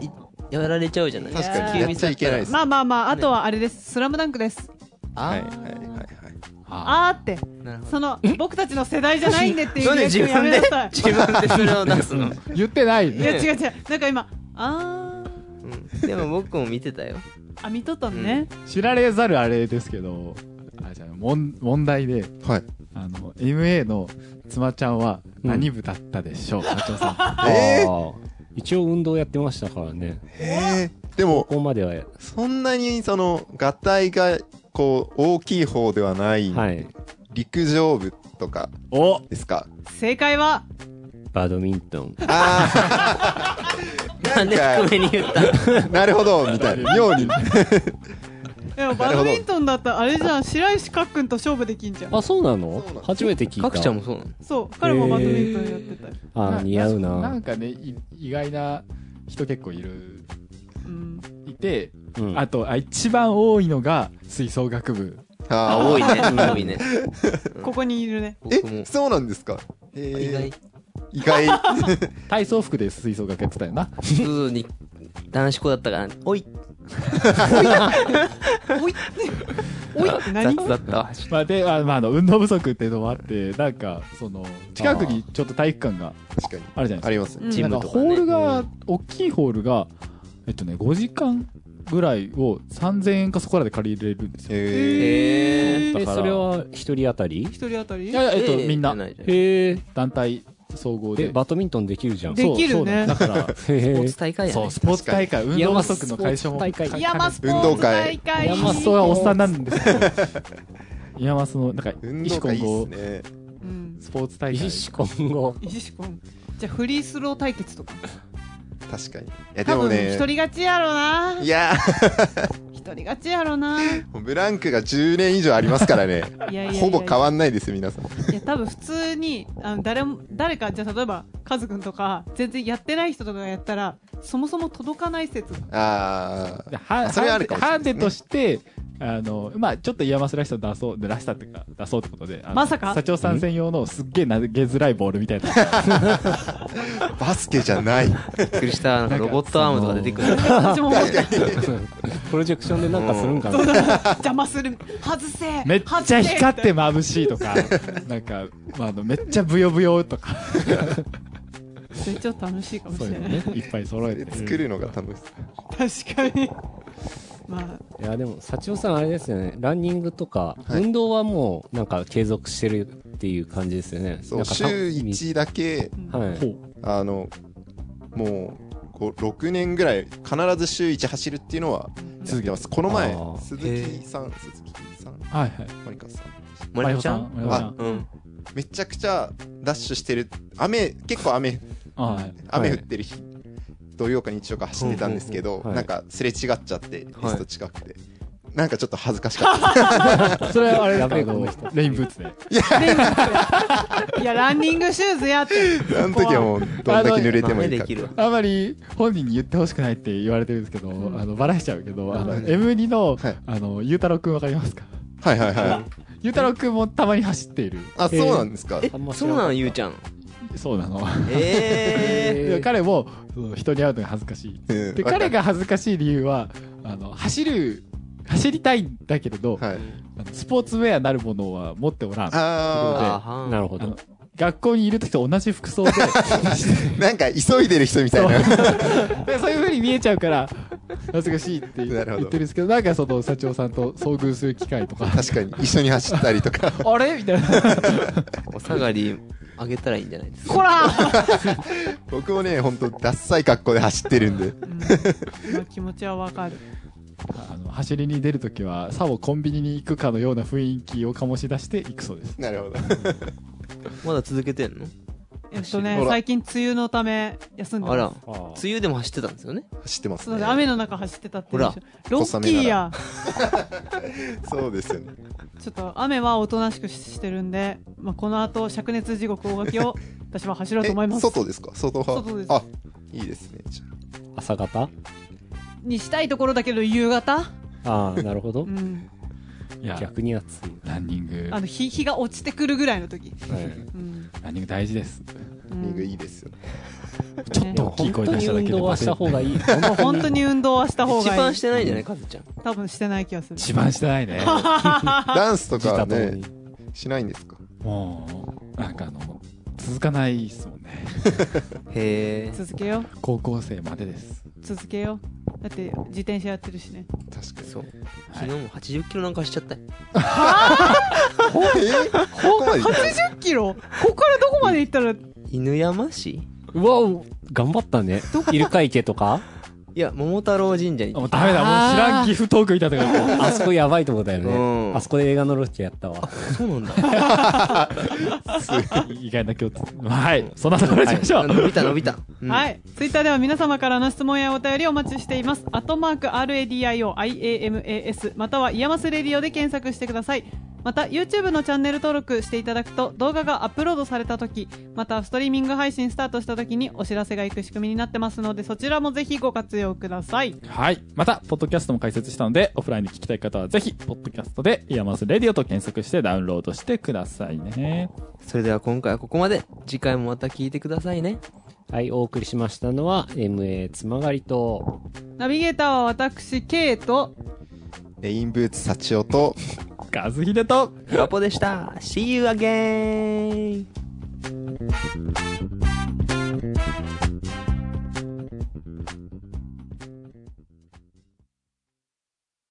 B: やられちゃうじゃない
E: 確
C: いや
E: か
C: ー
E: にやっちゃいけないです
C: まあまあまああとはあれですスラムダンクです
B: あ
E: はい
B: ー
E: はいはいはい
A: あ
C: あーって
B: なるほど
C: その僕たちの世代じゃないんでって いう
B: なん
C: リア
B: で
C: クション
B: 自
C: やめ
B: 分で
C: なさい
B: 自分でそれを出すの、
A: 言ってない。
C: いや違う違うなんか今あー
B: うん、でも僕も見てたよ
C: あ見とったのね、
A: 知られざるあれですけど、あ、じゃあ、もん問題で、
E: はい
A: あの、MA の妻ちゃんは何部だったでしょう、課長さ
E: え
D: あー一応運動やってましたからね。
E: えー、でも
D: ここまでは、はい。
E: そんなにその合体がこう大きい方ではない陸上部とか
A: ん。お
E: ですか
C: 正解は
D: バドミントン。
E: あ
B: なんで低めに言った
E: あ なるほどみたいな 妙に
C: でもバドミントンだったらあれじゃん白石かっくんと勝負できんじゃん
D: あ、そうな
E: そう
D: の
E: なんです
D: 初めて聞い
B: か
D: た。
B: くちゃんもそうなの
C: そう彼もバドミントンやってたよ、
D: あー、似合う
A: な
D: な。
A: んかね、い意外な人結構いる。
C: うん、
A: いて、
D: うん
A: あと、あ一番多いのが吹奏楽部。
B: あ
E: あ
B: 多いね 多いね
C: ここにいるね
E: ー
B: 僕も
E: えそうなんですか
B: 意外
E: えー、意外
A: 体操服で吹奏楽やってたよな。
B: そうそうに男子校だったからおい
C: おいおいって
B: 雑
C: 何
B: だったわ
A: まあ、で、あまあ、あの、運動不足っていうのもあって、なんか、その、近くにちょっと体育館が
E: 確かに
A: あるじゃないですか
E: あります
C: うん
B: ジム
A: なん
B: と
A: か
B: か
A: ホ
B: ね
A: ールが、大きいホールが、えっとね、5時間ぐらいを3000円かそこらで借りれるんですよ。
E: へえ
B: へえ
A: だ
D: で
A: から
D: それは一人当たり
C: 一人当たり
A: いやいや、えっと、
B: ええ
A: みんな
B: じゃないじゃ、ない
A: へえ、団体総合
D: で
A: で。
D: バドミントンできるじゃん
C: できるね
A: そう そうなんだか
D: へ
B: スポー
D: え
B: ツ大
A: ら、
B: 会や
A: そ
B: ね
A: う、スポーツ大会、運動不足の解消も。
D: 大会
C: 山スポ
E: 運
C: ー
E: 動
C: ツ
E: 会
C: 大会
D: 山
A: 発想はおっさんなんですよ。山その、なんか、
E: 運
A: イシ
E: 動
A: コ
E: 会
A: ン
E: いい
A: こ
E: っすね
C: うん
A: うスポーツ大会
D: 一。子 混合
C: イシコンじゃあフリースロー対決とか
E: 確かにいやで
C: 多
E: も
C: 分
E: ね
C: 一人勝ちやろない
E: や
C: 一人勝ちやろな
E: もうブランクが10年以上ありますからね
C: いやいやいや
E: ほぼ変わんないですよ皆さん
C: いや多分普通にあの誰も誰かじゃあ例えばカズくんとか全然やってない人とかがやったらそもそも届かない説
E: あー
A: は
E: それはあるかもしれ
A: ハ
E: な
A: ー
E: い
A: デ
E: ですね
A: として、あの、まあちょっと山瀬らしさを出そう、でらしさっていうか、出そうってことで、あの
C: まさか
A: 社長参戦用のすっげえ投げづらいボールみたいな。
E: バスケじゃない
B: びっくりしたなんかロボットアームとか出てくる
C: 私も思って
D: プロジェクションでなんかするんかな
C: 邪魔する外せ
A: めっちゃ光って
C: 外せ
A: 眩しいと か、なんか、まあ、あの、めっちゃブヨブヨとか、
C: それちょっと楽しいかもし
A: そう
C: れ
A: いう
C: な
A: の
C: い
A: ね、いっぱい揃えて。
E: 作るのが楽しい
C: 確かにま
D: いやでも幸男さんあれですよねランニングとか、運動はもうなんか継続してるっていう感じですよね
E: そ
D: な
E: うん
D: か
E: 週
D: さ
E: 1だけ
D: はい
A: ほう
E: あのもうこう6年ぐらい必ず週1走るっていうのは続けてますこの前
D: あー
E: 鈴
B: へ
E: 木さん鈴木さん
A: はいはい。
E: マリカさん
B: マリコちゃん
A: 真帆さん
B: うん
E: めちゃくちゃダッシュしてる雨結構雨
A: あはい。
E: 雨降
D: は
E: っ
D: い
E: てる日、土曜か日曜か走ってたんですけど、
D: うんうんうんはい
E: なんかすれ違っちゃって、
B: い
E: テスト近くてなんかちょっと恥ずかしかった
A: それはあれですか
D: やべえこの人
A: あのレインブーツで。
C: あレインボーいやランニングシューズやって
E: あの時はもうどんだけ濡れてもいい
B: で
E: か
B: きるわ
A: あまり本人に言ってほしくないって言われてるんですけど、
C: ん
A: あの、バラしちゃうけど、あの、
E: はい
A: M2 の
E: はい、
A: あの、ゆうたろうくんわかりますか
E: はいはいはい
A: ゆうたろうくんもたまに走っている。
E: あそうなんですか、
B: え
D: あんま知
B: そ
D: ら
B: う
D: な
B: な
D: かっ
B: の
D: た
B: ゆうちゃん
A: そうなの。
B: え
A: いや彼も、その人に会うのが恥ずかしい。
E: うん
A: で、
E: わか
A: 彼
E: る
A: が恥ずかしい理由は、あの、走る、走りたいんだけれど、
E: はい
A: あのスポーツウェアなるものは持っておらん。
B: ー
E: あ
B: あはん
D: なるほ
A: あの
D: ど
A: 学校にいる時と同じ服装で
E: ーなんか急いでる人みたいな
A: でそういう風に見えちゃうから恥ずかしいって言
E: な
A: って
E: る
A: る
E: ほ
A: ん
E: ど
A: ですけどなんかその社長さんと遭遇する機会とか
E: 確かに一緒に走ったりとか
A: あれみたいな
B: お下がりあげたらいいんじゃないですか
C: こら、
E: 僕もねほんとダッサい格好で走ってるんで
C: うんまあ気持ちはわかる
A: あの走りに出る時はさもコンビニに行くかのような雰囲気を醸し出していくそうです
E: なるほど
B: まだ続けてんの
C: えっと
E: ほ
C: ね
E: ら
C: 最近梅雨のため休んでます
B: あら
D: あー
B: 梅雨でも走ってたんですよね
E: 走ってます
C: そう
E: ね
C: だ雨の中走ってたって言うでしょロッ
E: 小雨
C: キ
E: なら
C: ーや
E: そうですよね
C: ちょっと雨はおとなしくしてるんで、まあ、この後灼熱地獄大垣 を私は走ろうと思います
E: 外ですか外派
C: 外です
E: あいいですねじゃ
D: 朝方
C: にしたいところだけど夕方、
D: ああなるほど
C: うん、
A: いや
D: 逆に暑い、
A: ランニング
C: あの日日が落ちてくるぐらいの時、
D: はい
C: うん
A: ランニング大事です
E: あリングいいですよ ね
C: ちょっ
D: でも
A: 大きい
D: 本
A: 声
D: 当
A: 出した
D: に
A: だけ
D: 運
A: で
D: 動はした方がいい
C: 本当に運動はした方
B: 一
C: がい
B: 番
C: い
B: してないんじゃないカズちゃん
C: 多分してない気がする
A: 一番してないね
E: ダンスと
D: 自
E: か
D: 他
E: は
D: とも
E: ね
D: に
E: しないんですか
A: もうなんかあの続かないですもんね
B: へえ
C: 続けよう
A: 高校生までです
C: 続けようだって自転車やってるしね
E: 確かに
B: そう昨日も80キロなんかしちゃったよ
E: えーここまで行った
C: 8 0キロここからどこまで行ったら
B: 犬山市
D: うわお頑張ったねイルカ池と か
B: いや桃太郎神社に
A: あもうダメだもう知らんギフトークいたとか言って
D: あそこやばいとこだよね、
B: うん
D: あそこで映画のロケやったわ
B: そうなん だ
A: 意外な共通はいそんなところにしましょう、
B: 伸 びた伸びたうん
C: はい。ツイッターでは皆様からの質問やお便りをお待ちしています。アットマーク RADIOIAMAS またはイヤマスレディオで検索してください。また YouTube のチャンネル登録していただくと動画がアップロードされた時またストリーミング配信スタートした時にお知らせがいく仕組みになってますのでそちらもぜひご活用ください
A: はい。また、ポッドキャストも開設したので、オフラインで聞きたい方はぜひ、ポッドキャストで、イヤマスレディオと検索してダウンロードしてくださいね。
B: それでは今回はここまで次回もまた聞いてくださいね
D: はいお送りしましたのは MA つまがりと
C: ナビゲーターは私 K と
E: レインブーツ幸男と
A: カズヒデと、
B: ラポでした See you again